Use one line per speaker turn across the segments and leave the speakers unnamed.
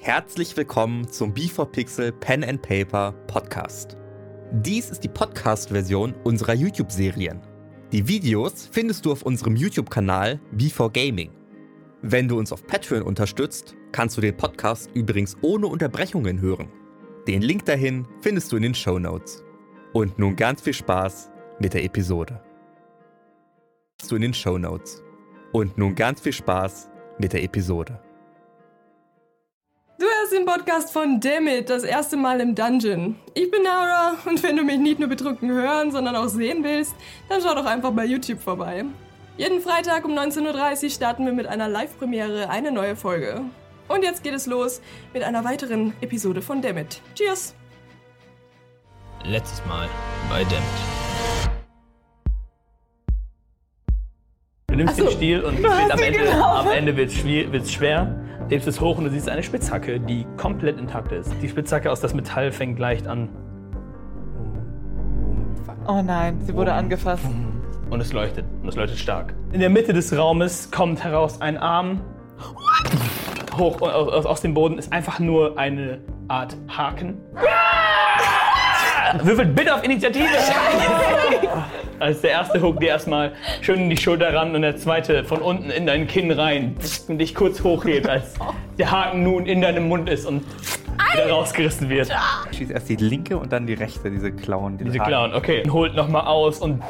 Herzlich willkommen zum B4Pixel Pen and Paper Podcast. Dies ist die Podcast-Version unserer YouTube-Serien. Die Videos findest du auf unserem YouTube-Kanal B4Gaming. Wenn du uns auf Patreon unterstützt, kannst du den Podcast übrigens ohne Unterbrechungen hören. Den Link dahin findest du in den Show Notes. Und nun ganz viel Spaß mit der Episode. Du in den Show Notes. Und nun ganz viel Spaß mit der Episode.
Du hörst den Podcast von Dammit, das erste Mal im Dungeon. Ich bin Nara und wenn du mich nicht nur betrunken hören, sondern auch sehen willst, dann schau doch einfach bei YouTube vorbei. Jeden Freitag um 19.30 Uhr starten wir mit einer Live-Premiere eine neue Folge. Und jetzt geht es los mit einer weiteren Episode von Dammit. Cheers!
Letztes Mal bei Damned.
Du nimmst
Ach so.
den Stiel und es wird am Ende,
genau.
am Ende wird's, schwier- wird's schwer. Lebst es hoch und du siehst eine Spitzhacke, die komplett intakt ist. Die Spitzhacke aus das Metall fängt leicht an
Oh nein, sie wurde angefasst.
und es leuchtet. Und es leuchtet stark. In der Mitte des Raumes kommt heraus ein Arm. Hoch aus, aus, aus dem Boden ist einfach nur eine Art Haken. Würfelt bitte auf Initiative! Als der erste huckt dir erstmal schön in die Schulter ran und der zweite von unten in dein Kinn rein und dich kurz hochhebt, als der Haken nun in deinem Mund ist und wieder rausgerissen wird.
Schießt erst die linke und dann die rechte, diese Klauen.
Diese Clown, okay. Holt nochmal aus und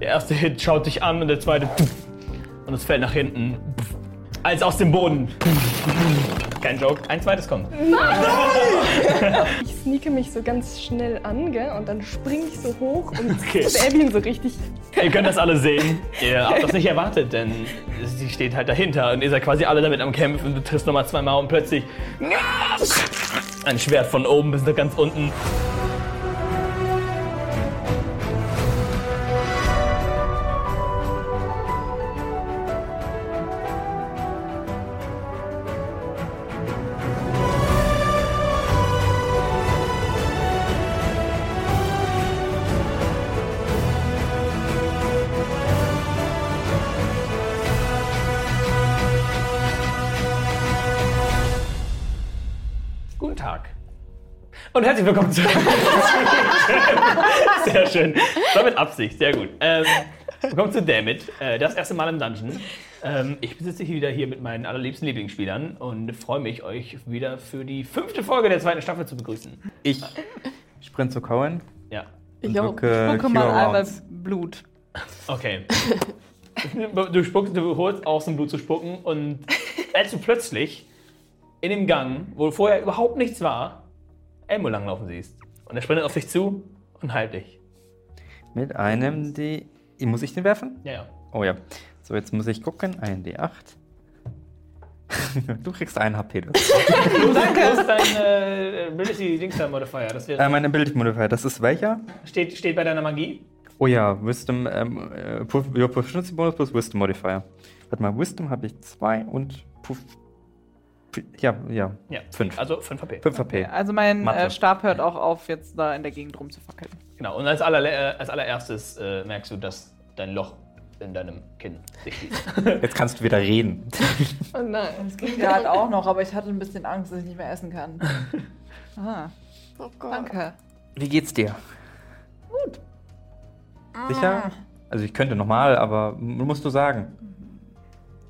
der erste Hit schaut dich an und der zweite und es fällt nach hinten. Als aus dem Boden. Kein Joke, ein zweites kommt.
Ich sneake mich so ganz schnell an, gell? Und dann springe ich so hoch und
Okay.
stab ihn so richtig.
Ihr könnt das alle sehen. Ihr habt das nicht erwartet, denn sie steht halt dahinter und ihr seid quasi alle damit am Kämpfen. Du triffst nochmal zweimal und plötzlich ein Schwert von oben bis nach ganz unten. Guten Tag. Und herzlich willkommen zu. sehr schön. Das war mit Absicht, sehr gut. Ähm, willkommen zu Damit, äh, das erste Mal im Dungeon. Ähm, ich sitze hier wieder hier mit meinen allerliebsten Lieblingsspielern und freue mich, euch wieder für die fünfte Folge der zweiten Staffel zu begrüßen.
Ich sprint zu Cohen.
Ja,
Ich
Jo,
Äh,
spucke mal einmal Blut.
okay. Du, spuckst, du holst aus dem Blut zu spucken und als du plötzlich in dem Gang, wo vorher überhaupt nichts war, Elmo langlaufen siehst. Und er sprintet auf dich zu und heilt dich.
Mit einem D. Muss ich den werfen?
Ja, ja.
Oh ja. So, jetzt muss ich gucken. Ein D8. du kriegst einen HP. Das-
Das ist dein äh, Ability Dingsda Modifier. Das wäre,
äh, mein Ability Modifier, das ist welcher?
steht, steht bei deiner Magie.
Oh ja, Wisdom. Ähm, äh, Prof- your Proficiency Bonus plus Wisdom Modifier. Warte mal, Wisdom habe ich 2 und. Prof- ja, ja.
Ja.
5.
Also 5 HP.
5 HP.
Also mein
Mathe.
äh, Stab hört auch auf, jetzt da in der Gegend rumzufackeln.
Genau. Und als, allerle äh, als allererstes äh, merkst du, dass dein Loch in deinem Kinn sich schließt.
Jetzt kannst du wieder reden.
Oh nein.
Ging gerade halt auch noch, aber ich hatte ein bisschen Angst, dass ich nicht mehr essen kann. Aha,
Oh Gott.
danke.
Wie geht's dir?
Ah.
Gut. Sicher? Also ich könnte nochmal, aber m- musst du sagen.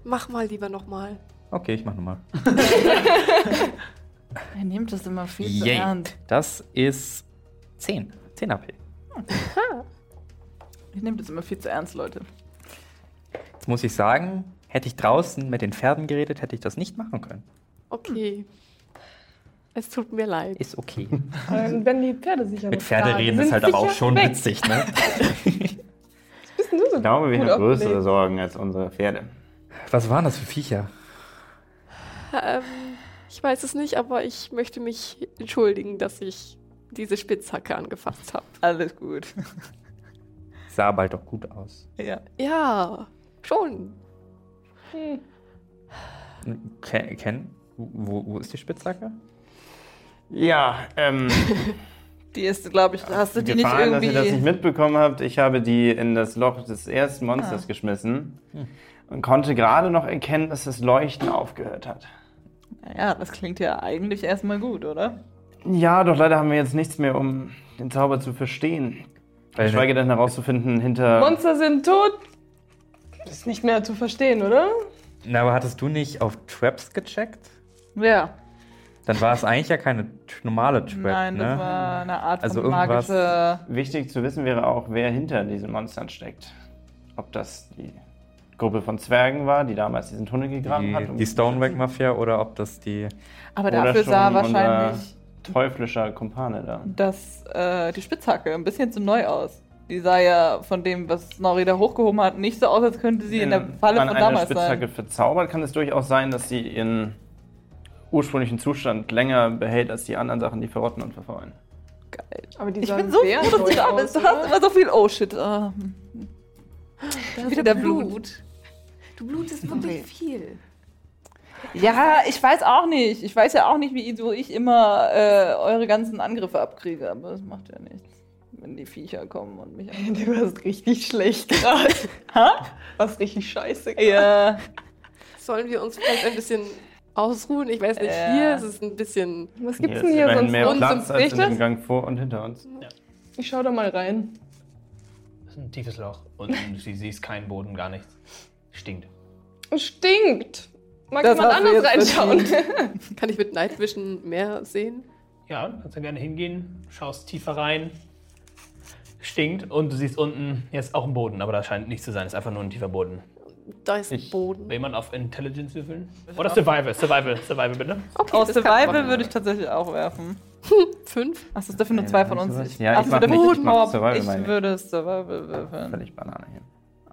Mach mal lieber nochmal.
Okay, ich mach nochmal.
Er nimmt das immer viel zu
Yay.
ernst.
Das ist 10. 10 AP.
Ich nehme das immer viel zu ernst, Leute.
Jetzt muss ich sagen, hätte ich draußen mit den Pferden geredet, hätte ich das nicht machen können.
Okay. Es tut mir leid.
Ist okay.
Ähm, wenn die Pferde sich ja
mit
noch
Pferde
da
reden
sind,
ist halt aber auch
sicher
schon
weg.
witzig, ne?
Bist du so
Ich glaube, wir
gut
haben größere
aufgelegt?
Sorgen als unsere Pferde.
Was waren das für Viecher?
Ähm, ich weiß es nicht, aber ich möchte mich entschuldigen, dass ich diese Spitzhacke angefasst habe.
Alles gut.
Sah bald doch gut aus.
Ja.
Ja, schon.
Ke Ken? Wo, wo ist die Spitzhacke?
Ja, ähm,
Die ist, glaube ich, hast du die nicht
Gefahr, dass
irgendwie.
ihr das nicht mitbekommen habt. Ich habe die in das Loch des ersten Monsters
Ah.
Hm.
geschmissen und konnte gerade noch erkennen, dass das Leuchten aufgehört hat.
Ja, das klingt ja eigentlich erstmal gut, oder?
Ja, doch leider haben wir jetzt nichts mehr, um den Zauber zu verstehen.
Äh,
Geschweige denn herauszufinden, hinter.
Monster sind tot. Ist nicht mehr zu verstehen, oder?
Na, aber hattest du nicht auf Traps gecheckt?
Ja.
Dann war es eigentlich ja keine t- normale Trap,
Nein,
ne?
das war eine Art von
Also irgendwas-
magische.
Wichtig zu wissen wäre auch, wer hinter diesen Monstern steckt. Ob das die Gruppe von Zwergen war, die damals diesen Tunnel gegraben hat.
die,
um-
die Stoneback Mafia oder ob das die.
Aber
Oder
dafür sah
schon unser
wahrscheinlich
Teuflischer Kumpane da.
das, äh, die Spitzhacke ein bisschen zu neu aus. Die sah ja von dem, was Snorri da hochgehoben hat, nicht so aus, als könnte sie in der Falle
Wenn
von
eine
damals
Ähm, Spitzhacke
sein.
verzaubert, kann es durchaus sein, dass sie ihren ursprünglichen Zustand länger behält als die anderen Sachen, die verrotten und verfaulen.
Aber die
Ich bin so froh, dass du da bist. Du hast immer so viel. Oh shit. ah. wieder Blut.
Du blutest wirklich viel.
Ja, ich weiß auch nicht. Ich weiß ja auch nicht, wie so ich immer äh, eure ganzen Angriffe abkriege, aber das macht ja nichts. Wenn die Viecher kommen und mich an.
Du warst richtig schlecht gerade.
Ha?
Warst richtig scheiße.
Ja.
Sollen wir uns vielleicht ein bisschen ausruhen? Ich weiß nicht,
Ja.
hier ist es ein bisschen.
Was
Hier
gibt's
ist
denn hier
immerhin
sonst
mehr
noch?
Platz
Sonst
als in dem
Richtiges?
Gang vor und hinter uns.
Ich schau da mal rein.
Das ist ein tiefes Loch. Und du siehst keinen Boden, gar nichts. Stinkt.
Es stinkt. Mag
Das
jemand
hast du
anders
jetzt
reinschauen?
Kann ich mit Night Vision mehr sehen?
Ja, kannst du gerne hingehen, schaust tiefer rein. Stinkt und du siehst unten jetzt auch einen Boden, aber das scheint nicht zu sein, ist einfach nur ein tiefer Boden.
Da ist ein
Will
Boden.
jemand auf Intelligence würfeln? Oder Survival, Survival, Survival bitte.
Okay,
Aus
das kann-
Survival würde ich tatsächlich auch werfen.
Fünf.
Ach, das dürfen nur zwei von uns.
sowas.
Ich-
Ja,
Ach,
ich
so,
mach
dürfen
nicht.
wir-
Ich mach Survival,
ich
meine ich.
würde Survival würfeln.
Völlig Banane hier.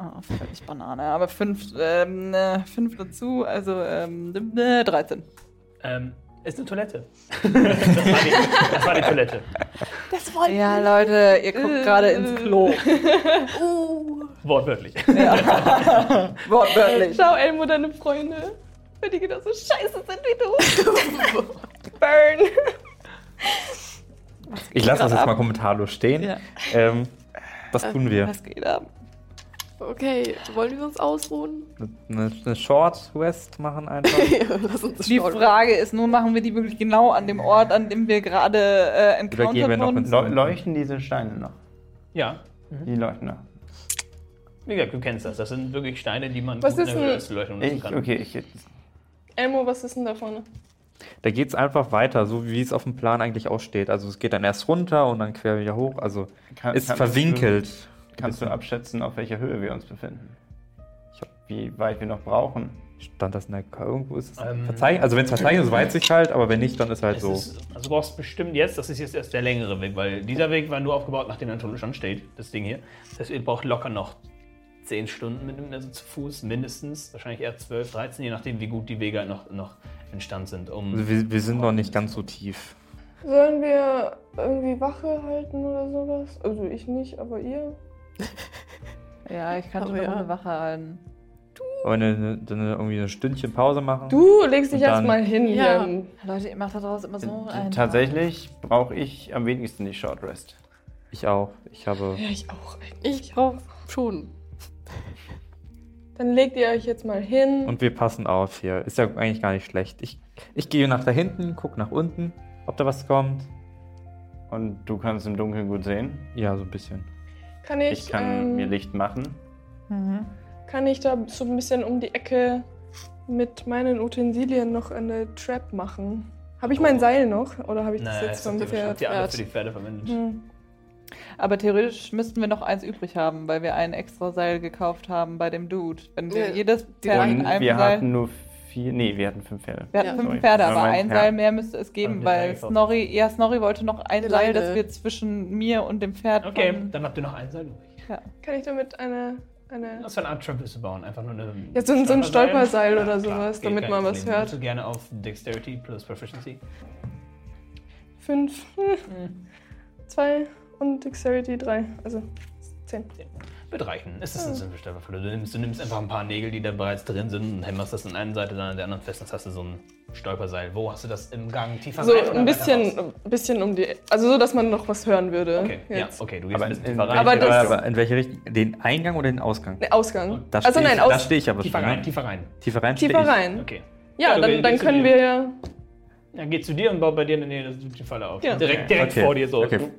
Oh, völlig Banane. Aber fünf, ähm, äh, fünf dazu, also ähm, äh, 13.
Ähm, ist eine Toilette. das, war die, das war die Toilette.
Das wollte
Ja, Leute, ihr guckt gerade ins Klo.
Wortwörtlich.
Wortwörtlich.
Schau, Elmo, deine Freunde. Weil die genauso scheiße sind wie du. Burn.
Ich lasse
grad
das jetzt
ab.
mal kommentarlos stehen.
Ja.
Ähm, was tun wir?
Was geht ab?
Okay, wollen wir uns ausruhen?
Eine, eine Short West machen einfach.
Lass uns das
Die
schauen.
Frage ist nur, machen wir die wirklich genau an dem Ort, an dem wir gerade äh,
Oder gehen wir
encountered
noch
wurden?
ins-
Leu leuchten diese Steine noch?
Ja,
Die ne? leuchten noch.
wie gesagt, du kennst das. Das sind wirklich Steine, die man
Was
gut in
ist
der
ein-
Höhe als Beleuchtung nutzen
Ich,
kann.
okay, ich,
Elmo, was ist denn da vorne?
da geht es einfach weiter, so wie es auf dem Plan eigentlich aussteht. Also es geht dann erst runter und dann quer wieder hoch. Also
kann,
ist
kannst
verwinkelt.
Du, kannst du abschätzen, auf welcher Höhe wir uns befinden? Ich hab, wie weit wir noch brauchen?
Stand das in der K irgendwo ist es
Ähm.
Verzeichnis? Also wenn es Verzeichnis ist, weiß ich halt, aber wenn nicht, dann ist halt
Es
so.
ist, also du brauchst bestimmt jetzt, das ist jetzt erst der längere Weg, weil dieser Weg war nur aufgebaut, nachdem der Tunnel schon steht, das Ding hier. Das heißt, ihr braucht locker noch 10 Stunden mit dem, also zu Fuß, mindestens, wahrscheinlich eher 12, 13, je nachdem, wie gut die Wege halt noch, noch entstand sind. Um,
Also wir, wir sind noch nicht ganz so tief.
Sollen wir irgendwie Wache halten oder sowas? Also ich nicht, aber ihr?
Ja, ich kann
Aber
schon noch
ja.
eine Wache halten.
Wollen wir eine, eine, irgendwie ein Stündchen Pause machen?
Du legst dich
Und dann-
erstmal hin.
Ja.
hier.
Leute, ihr macht daraus immer so ein.
Äh, Tatsächlich brauche ich am wenigsten die Short Rest.
Ich auch. Ich habe.
ja ich auch eigentlich.
Ich brauche schon.
Dann legt ihr euch jetzt mal hin.
Und wir passen auf hier. Ist ja eigentlich gar nicht schlecht. Ich, ich gehe nach da hinten, guck nach unten, ob da was kommt.
Und du kannst im Dunkeln gut sehen.
Ja, so ein bisschen.
kann ich,
Ich kann
ähm,
mir Licht machen.
Mhm.
kann ich da so ein bisschen um die Ecke mit meinen Utensilien noch eine Trap machen? Habe ich mein Seil noch? Oder habe ich das jetzt
habt
vom
ihr bestimmt
Pferd?
die alle
Pferd.
für die Pferde verwendet.
Hm.
Aber theoretisch müssten wir noch eins übrig haben, weil wir ein extra Seil gekauft haben bei dem Dude. Wenn wir
Ja.
jedes Pferd
Und
in einem
wir
Seil.
hatten nur vier. Nee, wir hatten fünf Pferde.
wir hatten
Ja.
fünf
Sorry.
Pferde,
Ja,
aber
mein-
ein
ja.
Seil mehr müsste es
Haben
geben,
wir
weil
gekauft.
Snorri, ja, Snorri wollte noch ein
Eine
Seil, das
Leine.
wir zwischen mir und dem Pferd.
Okay,
Mhm.
von-
dann habt ihr noch einen Seil übrig.
Ja.
Kann ich damit eine. eine
Was für eine Art Trap willst du bauen? Einfach nur eine.
Ja, so ein- so ein Stolperseil oder
klar,
sowas,
geht,
damit
kein
man was
Problem.
hört.
Bitte gerne auf Dexterity plus Proficiency.
fünf, hm, zwei und Dexterity drei. Also zehn.
Wird reichen. Es ist ein simpler Stolperfalle. Du nimmst, du nimmst einfach ein paar Nägel, die da bereits drin sind und hämmerst das an einer Seite, dann an der anderen fest. Jetzt hast du so ein Stolperseil. Wo hast du das im Gang tiefer
So
rein oder
Also ein
weiter
bisschen,
raus?
ein bisschen um die. Also so, dass man noch was hören würde.
Okay, ja,
jetzt.
okay, du gehst
Aber
ein bisschen
in-
tiefer rein.
aber das-
aber in welche Richtung? Den Eingang oder den Ausgang?
Ne, Ausgang.
Da
also
stehe
nein,
ich, da
aus,
stehe ich aber
tiefer
schon,
rein,
ne?
tiefer rein.
Tiefer rein. stehe
tiefer
ich.
rein.
Okay. Ja,
Ja,
du
dann,
gehst
dann
zu
können
dir.
wir.
Ja, geh zu dir und bau bei dir in der Nähe das die Falle auf.
Ja.
Direkt, direkt
Okay,
vor dir so.
okay.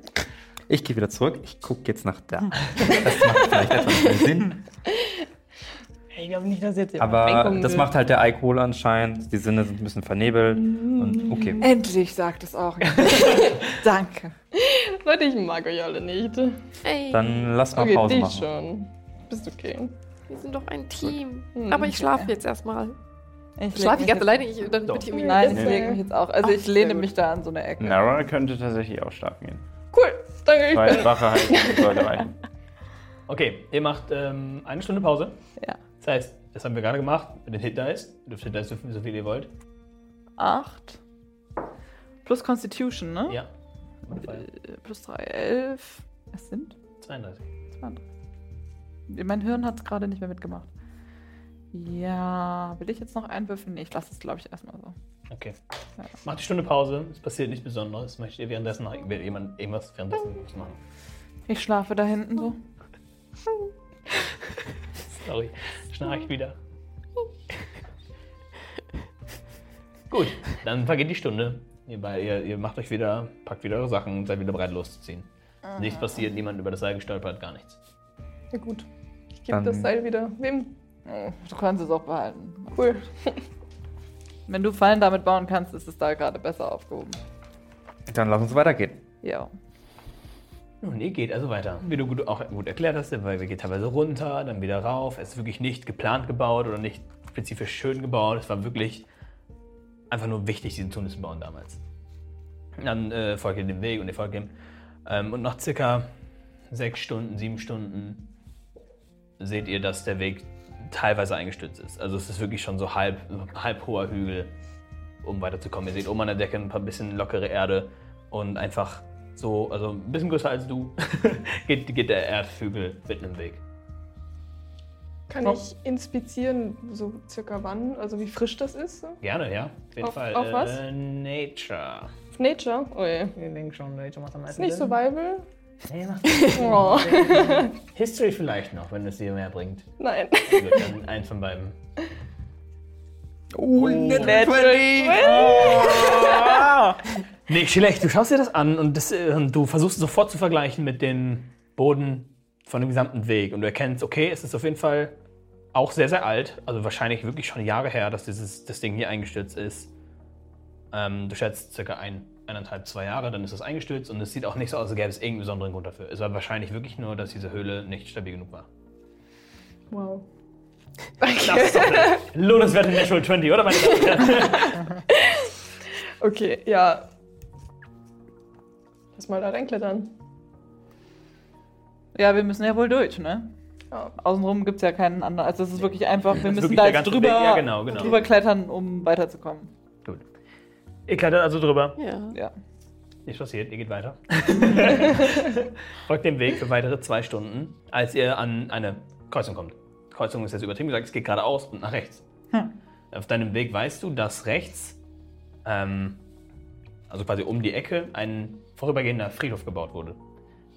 Ich gehe wieder zurück. Ich gucke jetzt nach da. Das macht vielleicht etwas mehr Sinn.
Ich glaube nicht, dass jetzt jemand
Aber
reingucken
das
will.
macht halt der Alkohol anscheinend. Die Sinne sind ein bisschen vernebelt.
Mm.
Und okay.
Endlich sagt es auch. Danke.
Leute, ich mag euch alle nicht.
Ey,
Dann lass mal
Okay,
Pause
dich
machen.
schon. Bist okay.
wir sind doch ein Team.
Hm.
Aber ich schlafe jetzt erstmal.
Ich
Ich schlafe die
leg
ganze
mich
alleine, ich, dann bin ich um irgendwie.
Nein, ich
Nee.
lege mich jetzt auch. Also
Ach,
ich lehne
sehr gut.
mich da an so eine Ecke.
Nara könnte tatsächlich auch schlafen gehen.
Cool, danke. Ich
Weil
bin
Wache halt sollte reichen.
Okay, ihr macht ähm, eine Stunde Pause.
Ja.
Das heißt, das haben wir gerade gemacht mit den Hit Dice. Ihr dürft Hit Dice dürfen, so viel ihr wollt.
Acht. Plus Constitution,
Hm?
ne?
Ja. Modifier.
Äh, Plus drei, elf. Es sind
32.
32. Mein Hirn hat es gerade nicht mehr mitgemacht. Ja, will ich jetzt noch einwürfeln? Nee, ich lasse es, glaube ich, erstmal so.
Okay.
Ja.
Macht die Stunde Pause. Es passiert nichts Besonderes. Möchtet ihr währenddessen noch will jemand irgendwas währenddessen machen?
Ich schlafe da hinten so.
Sorry, schnarch ich wieder. Gut, dann vergeht die Stunde. Ihr, bei- ihr, ihr macht euch wieder, packt wieder eure Sachen und seid wieder bereit loszuziehen. Nichts passiert, niemand über das Seil gestolpert, gar nichts.
ja, gut. Ich gebe
Dann-
das Seil wieder. Wem?
Äh, Du kannst es auch behalten.
Cool.
Wenn du Fallen damit bauen kannst, ist es da gerade besser aufgehoben.
Dann lass uns weitergehen.
Ja.
Nun, ihr geht also weiter. Wie du gut, auch gut erklärt hast, weil wir gehen teilweise runter, dann wieder rauf. Es ist wirklich nicht geplant gebaut oder nicht spezifisch schön gebaut. Es war wirklich einfach nur wichtig, diesen Tunnel zu bauen damals. Dann äh, folgt ihr dem Weg und ihr folgt ihm. Ähm, und nach circa sechs Stunden, sieben Stunden seht ihr, dass der Weg teilweise eingestürzt ist. Also es ist wirklich schon so halb, halb hoher Hügel, um weiterzukommen. Ihr seht oben an der Decke ein paar bisschen lockere Erde und einfach so, also ein bisschen größer als du, geht, geht der Erdhügel mitten im Weg.
Kann
Oh.
ich inspizieren, so circa wann? Also wie frisch das ist? So?
Gerne, ja. Auf jeden
Auf-
Fall.
auf was?
Äh, Nature.
Auf Nature? Oh je.
Wir denken schon, Nature macht am
Ist nicht Survival?
Nee, macht
Oh.
History vielleicht noch, wenn es dir mehr bringt.
Nein.
Gut, dann eins von beiden.
Oh,
Nicht schlecht. Oh. Du schaust dir das an und, das, äh, und du versuchst es sofort zu vergleichen mit dem Boden von dem gesamten Weg. Und du erkennst, okay, es ist auf jeden Fall auch sehr, sehr alt. Also wahrscheinlich wirklich schon Jahre her, dass dieses, das Ding hier eingestürzt ist. Ähm, du schätzt circa ein, eineinhalb, zwei Jahre, dann ist es eingestürzt und es sieht auch nicht so aus, als gäbe es irgendeinen besonderen Grund dafür. Es war wahrscheinlich wirklich nur, dass diese Höhle nicht stabil genug war.
Wow.
Das ist doch eine lohnenswerte Natural 20, oder meine Damen und Herren?
Okay, ja. Lass mal da reinklettern.
Ja, wir müssen ja wohl durch, ne?
Ja.
Außenrum gibt es ja keinen anderen. Also es ist wirklich einfach, wir
ist
müssen
wirklich
da
der
jetzt
ganze
drüber,
Weg. Ja, genau, genau.
drüber klettern, um weiterzukommen.
Gut. Ihr klettert also drüber.
Ja.
Ja.
Nichts passiert, ihr geht weiter. Folgt dem Weg für weitere zwei Stunden, als ihr an eine Kreuzung kommt. Kreuzung ist jetzt übertrieben gesagt, es geht geradeaus und nach rechts. Auf deinem Weg weißt du, dass rechts, ähm, also quasi um die Ecke, ein vorübergehender Friedhof gebaut wurde.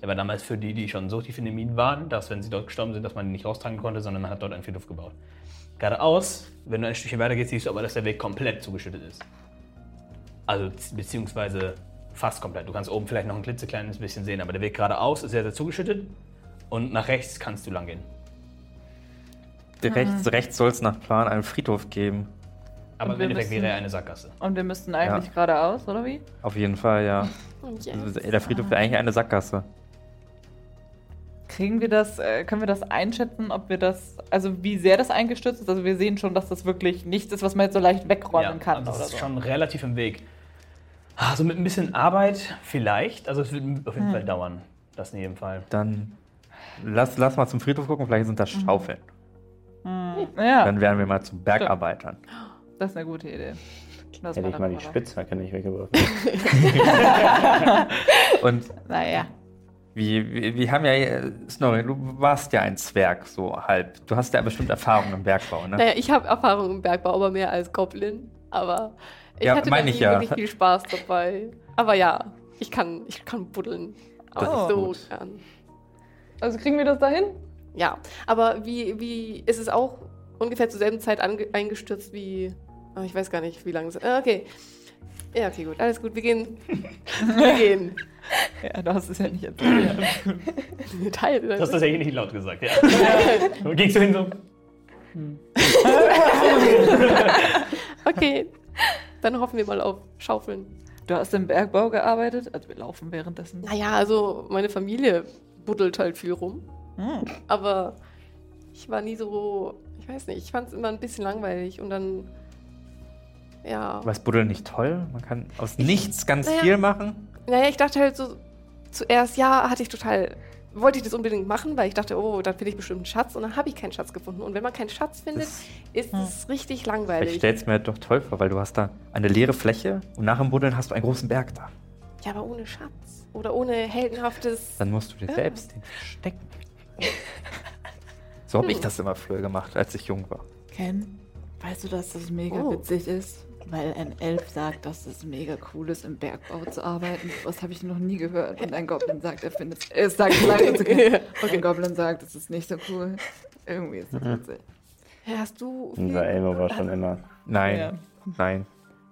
Der war damals für die, die schon so tief in den Minen waren, dass wenn sie dort gestorben sind, dass man die nicht raustragen konnte, sondern man hat dort einen Friedhof gebaut. Geradeaus, wenn du ein Stückchen weiter gehst, siehst du aber, dass der Weg komplett zugeschüttet ist. Also z- beziehungsweise fast komplett. Du kannst oben vielleicht noch ein klitzekleines bisschen sehen, aber der Weg geradeaus ist sehr, sehr zugeschüttet und nach rechts kannst du lang gehen.
Rechts, rechts soll es nach Plan einen Friedhof geben.
Aber
Und
im
wir
Endeffekt
müssen-
wäre er eine Sackgasse.
Und wir müssten eigentlich
Ja.
geradeaus, oder wie?
Auf jeden Fall, ja.
Ja.
Also Der Friedhof wäre eigentlich eine Sackgasse.
Kriegen wir das, äh, können wir das einschätzen, ob wir das, also wie sehr das eingestürzt ist? Also wir sehen schon, dass das wirklich nichts ist, was man jetzt so leicht wegräumen kann.
aber
Oder
Das also ist
so.
schon relativ im Weg. Also mit ein bisschen Arbeit vielleicht. Also es wird auf
Hm.
jeden Fall dauern. Das in jedem
Äh,
Fall.
Dann lass, lass mal zum Friedhof gucken, vielleicht
Mhm.
sind da Schaufeln.
Ja,
Dann wären wir mal zu Bergarbeitern.
das ist eine gute Idee. Das
Hätte
war
ich mal die
doch-
Spitzhacke nicht weggeworfen.
Und
Naja.
wie, wie, wir haben ja, äh, Snorri, du warst ja ein Zwerg, so halb. Du hast ja bestimmt Erfahrung im Bergbau, ne?
Naja, ich habe Erfahrung im Bergbau, aber mehr als Goblin. Aber ich
Ja,
hatte da
meine
nie
ich ja.
wirklich viel Spaß dabei. Aber ja, ich kann, ich kann buddeln. Aber
ist
so
gut.
gern.
Also kriegen wir das dahin?
Ja, aber wie, wie ist es auch ungefähr zur selben Zeit ange, eingestürzt wie Oh, ich weiß gar nicht, wie lange es. Ah, Okay. Ja, okay, gut. Alles gut. Wir gehen. Wir gehen.
Ja, du hast es ja nicht erzählt.
Teil.
Das hast du ja nicht laut gesagt, ja. Und gingst du hin so.
Okay. Dann hoffen wir mal auf Schaufeln.
Du hast im Bergbau gearbeitet. Also wir laufen währenddessen.
Naja, also meine Familie buddelt halt viel rum.
Hm.
Aber ich war nie so. Ich weiß nicht. Ich fand es immer ein bisschen langweilig und dann. Ja.
Was Buddel nicht toll? Man kann aus nichts ganz
Naja.
viel machen.
Naja, ich dachte halt so, zuerst, ja, hatte ich total, wollte ich das unbedingt machen, weil ich dachte, oh, dann finde ich bestimmt einen Schatz und dann habe ich keinen Schatz gefunden. Und wenn man keinen Schatz findet,
Das,
ist
Hm.
es richtig
ich
langweilig.
stelle es mir doch toll vor, weil du hast da eine leere Fläche und nach dem Buddeln hast du einen großen Berg da.
Ja, aber ohne Schatz oder ohne heldenhaftes.
Dann musst du dir selbst den verstecken. So habe ich das immer früher gemacht, als ich jung war.
Ken, weißt du, dass das mega
Oh.
witzig ist? Weil ein Elf sagt, dass es mega cool ist, im Bergbau zu arbeiten. Was habe ich noch nie gehört. Und ein Goblin sagt, er findet es. Es sagt leider zu Ken. Und ein Goblin sagt, es ist nicht so cool. Irgendwie ist das
Mhm.
witzig.
Ja, Hast du. viel-
Unser Elmo war schon immer.
Nein,
Ja.
nein.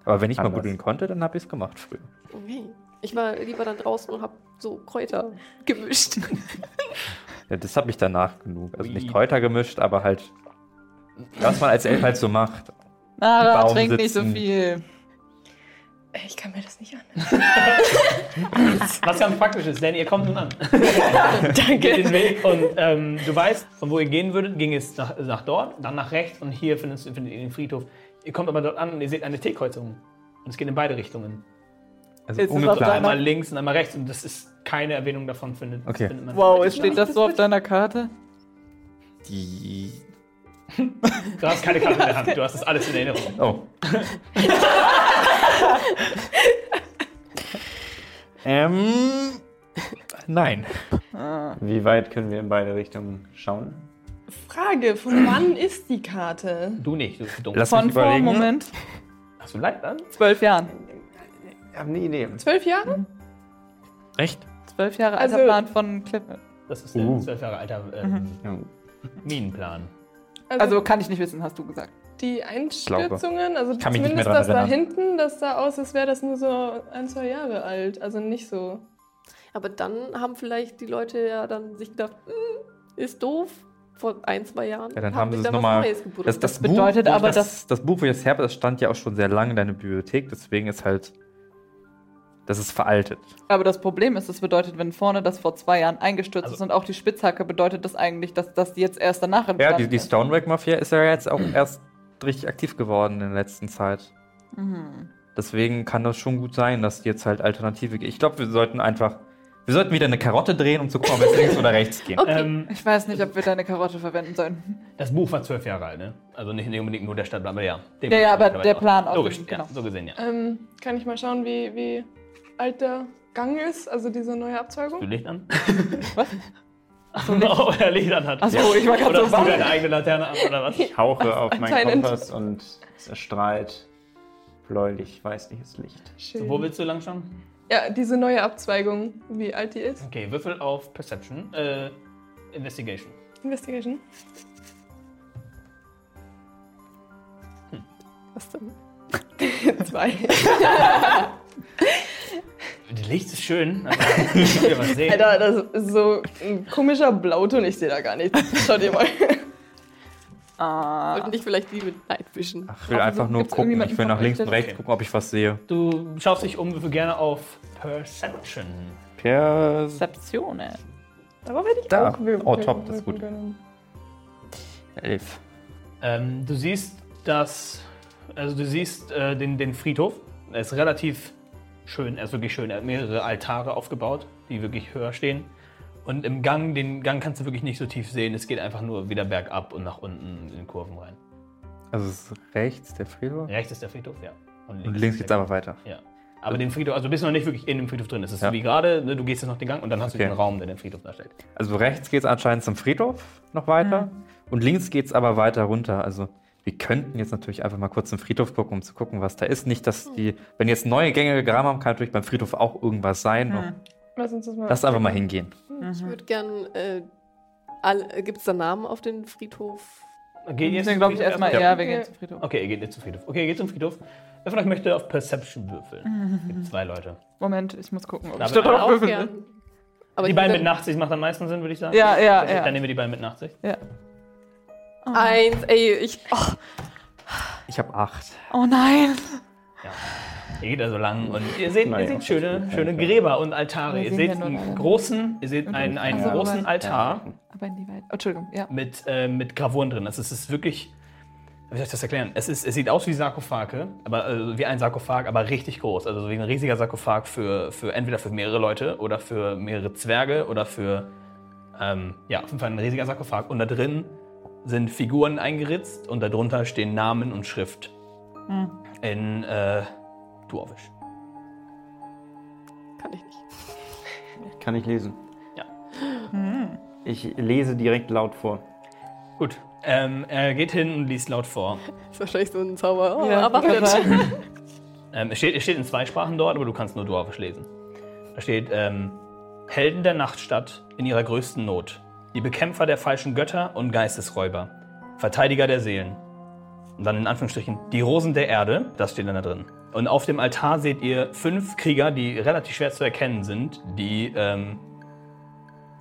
Aber wenn ich mal
Anders.
buddeln konnte, dann habe ich es gemacht früher.
Okay. Ich war lieber dann draußen und habe so Kräuter gemischt.
Ja, das habe ich danach genug. Also nicht
Ui.
Kräuter gemischt, aber halt, was man als Elf halt so macht.
Nara,
Baum
trink nicht so
sitzen.
viel.
Ich kann mir das nicht an.
Was ganz praktisch ist, denn ihr kommt nun an. Danke. Geht den Weg und ähm, du weißt, von wo ihr gehen würdet, ging es nach, nach dort, dann nach rechts und hier findest, findet ihr den Friedhof. Ihr kommt aber dort an und ihr seht eine T-Kreuzung. Und es geht in beide Richtungen.
Also
Jetzt ist auf
ungeplant.
deiner-
Einmal links und einmal rechts und das ist keine Erwähnung davon findet. das
Okay.
findet man.
Wow, es steht das so auf deiner Karte?
Die.
Du hast keine Karte in der Hand, du hast das alles in Erinnerung.
Oh. ähm. Nein.
Wie weit können wir in beide Richtungen schauen?
Frage, von wann ist die Karte?
Du nicht, du bist dumm.
Lass
Von
mich
vor,
überlegen. ne?
Moment,
Hast du leid an?
zwölf Jahren.
Ich habe eine Idee.
Zwölf Jahre?
Echt?
Zwölf Jahre alter
Also-
Plan von Cliff.
Das ist der
Uh.
12 Jahre alter
Mhm.
ähm, Minenplan.
Also kann ich nicht wissen, hast du gesagt.
die Einstürzungen, also
kann mich nicht mehr
zumindest
dran
das da
erinnern.
hinten, das sah aus, als wäre das nur so ein, zwei Jahre alt. Also nicht so.
Aber dann haben vielleicht die Leute ja dann sich gedacht, "Hm, ist doof. Vor ein, zwei Jahren.
Ja, dann haben sie
sich
es
was
nochmal.
Neues gebuddelt.
Das, das,
Das bedeutet
Buch, wo ich
aber,
das,
dass-
Das Buch, wo ich das her habe, das stand ja auch schon sehr lange in deiner Bibliothek, deswegen ist halt. Das ist veraltet.
Aber das Problem ist, das bedeutet, wenn vorne das vor zwei Jahren eingestürzt
Also-
ist und auch die Spitzhacke, bedeutet das eigentlich, dass das jetzt erst danach
Ja,
entstanden
die, die
ist.
Stoneback-Mafia ist ja jetzt auch erst richtig aktiv geworden in der letzten Zeit.
Mhm.
Deswegen kann das schon gut sein, dass die jetzt halt Alternative gibt. Ich glaube, wir sollten einfach. Wir sollten wieder eine Karotte drehen, um zu gucken, ob wir jetzt links oder rechts gehen.
Ähm,
Ich weiß nicht, ob wir deine Karotte verwenden sollen.
das Buch war 12 Jahre alt, ne? Also nicht unbedingt nur der Stadtplan, aber ja. Dem
Ja, ja, aber der Plan auch.
Logisch,
Genau.
ja, so gesehen, ja.
Ähm, kann ich mal schauen, wie, wie alt der Gang ist, also diese neue
Du
Abzweigung?
Licht an?
Was?
Achso, oh, er Licht an hat.
Achso, ich war gerade
Oder
so
hast du deine
wach.
eigene Laterne an, oder was?
Ich hauche auf meinen
Anscheinend.
Kompass und es erstrahlt bläulich weißliches Licht.
Schön.
So, wo willst du lang schauen?
ja, diese neue Abzweigung, wie alt die ist.
Okay, Würfel auf Perception. Äh, Investigation.
Investigation.
Was denn?
Zwei.
Das Licht ist schön, aber ich will was sehen.
Alter, das ist so ein komischer Blauton, ich sehe da gar nichts. Schaut ihr mal.
Ah.
Wollten dich vielleicht die mit Neidwischen.
Ich will einfach
Also
nur
gibt's
gucken.
irgendjemanden
Ich will nach
von
links
euch,
und
der-
rechts gucken, ob ich was sehe.
Du schaust dich um, würfel gerne auf Perception.
Per.
Konzeptionen.
Darauf hätte ich
Da.
auch wirken
Oh,
können,
top, das ist
wirken
gut.
können.
Elf.
Ähm, du siehst, dass. Also, du siehst äh, den, den Friedhof. Er ist relativ schön, er ist wirklich schön. Er hat mehrere Altare aufgebaut, die wirklich höher stehen. Und im Gang, den Gang kannst du wirklich nicht so tief sehen. Es geht einfach nur wieder bergab und nach unten in Kurven rein.
Also es ist rechts der Friedhof.
Rechts ist der Friedhof, ja.
Und links geht's
der-
einfach weiter.
Ja. Aber den Friedhof, also du bist noch nicht wirklich in dem Friedhof drin. Es ist
Ja.
wie gerade, ne, du gehst jetzt noch den Gang und dann hast
Okay.
du den Raum, der den Friedhof darstellt.
Also rechts geht's anscheinend zum Friedhof noch weiter. Und links geht's aber weiter runter. Also wir könnten jetzt natürlich einfach mal kurz zum Friedhof gucken, um zu gucken, was da ist. Nicht,
Hm.
dass die, wenn jetzt neue Gänge gegraben haben, kann natürlich beim Friedhof auch irgendwas sein.
Hm. Lass uns das mal.
Lass einfach mal
Mhm.
hingehen.
äh, Ich würde gern. Äh, Gibt es da Namen auf den Friedhof?
Geht ihr
Dann glaube ich
zum
erstmal
Friedhof?
eher, wir
Okay.
gehen zum Friedhof.
Okay, ihr geht jetzt zum Friedhof. Okay, ihr geht zum Friedhof. Wer von euch möchte auf Perception würfeln? Es Gibt zwei Leute.
Moment, ich muss gucken, ob
Da
ich da
wird
drauf
Auch
würfeln will.
gern. Aber
Die
ich
beiden
bin
mit 80 macht am meisten Sinn, würde ich sagen.
Ja, ja,
Dann
ja.
nehmen wir die beiden mit 80.
dann- Eins, ey, ich. Oh,
Ich habe acht.
Oh nein.
Ihr geht also lang und ihr seht,
Naja,
ihr seht
das
schöne,
ist
schöne
gut.
Gräber und Altare.
Wir
Ihr
sehen
seht
ja nur
einen
leider.
großen, ihr seht einen, einen
Also,
großen
aber-
Altar
Aber inwieweit? Oh, Entschuldigung, ja.
mit, äh, mit Gravuren drin. Also es ist wirklich, wie soll ich das erklären? Es, ist, es sieht aus wie Sarkophage, aber also wie ein Sarkophag, aber richtig groß. Also wie ein riesiger Sarkophag für, für entweder für mehrere Leute oder für mehrere Zwerge oder für ähm, ja auf jeden Fall ein riesiger Sarkophag. Und da drin sind Figuren eingeritzt und darunter stehen Namen und Schrift in äh, Dwarvish.
oh, kann ich nicht.
Kann ich lesen?
Ja.
Hm. Ich lese direkt laut vor.
Gut. Ähm, er geht hin und liest laut vor.
Das ist wahrscheinlich so ein Zauber. Oh,
Ja,
aber
aber-
Ähm, es, steht, es steht in zwei Sprachen dort, aber du kannst nur Dwarvisch lesen. Da steht: ähm, Helden der Nachtstadt in ihrer größten Not. Die Bekämpfer der falschen Götter und Geistesräuber. Verteidiger der Seelen. Und dann in Anführungsstrichen: Die Rosen der Erde. Das steht dann da drin. Und auf dem Altar seht ihr fünf Krieger, die relativ schwer zu erkennen sind, die ähm,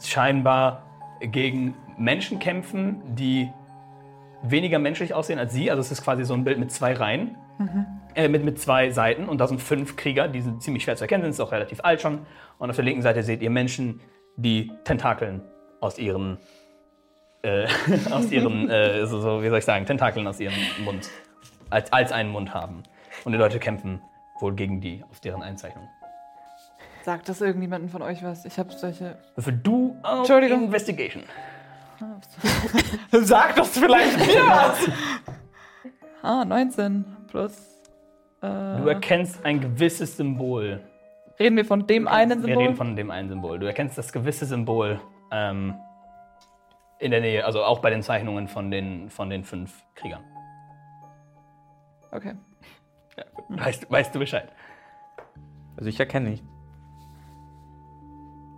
scheinbar gegen Menschen kämpfen, die weniger menschlich aussehen als sie. Also es ist quasi so ein Bild mit zwei Reihen äh, mit, mit zwei Seiten und da sind fünf Krieger, die sind ziemlich schwer zu erkennen, sind auch relativ alt schon. Und auf der linken Seite seht ihr Menschen, die Tentakeln aus ihren, äh, aus ihren, äh, so, so, wie soll ich sagen, Tentakeln aus ihrem Mund, als, als einen Mund haben. Und die Leute kämpfen wohl gegen die auf deren Einzeichnung.
Sagt das irgendjemandem von euch was? Ich habe solche.
Für du auf
Entschuldigung.
Investigation.
Sag das vielleicht mir was! Ah, 19 plus. Äh,
Du erkennst ein gewisses Symbol.
reden wir von dem einen
Wir
Symbol?
reden von dem einen Symbol. Du erkennst das gewisse Symbol ähm, in der Nähe, also auch bei den Zeichnungen von den, von den fünf Kriegern.
okay. Hm.
Weißt, weißt du Bescheid?
Also ich erkenne nicht.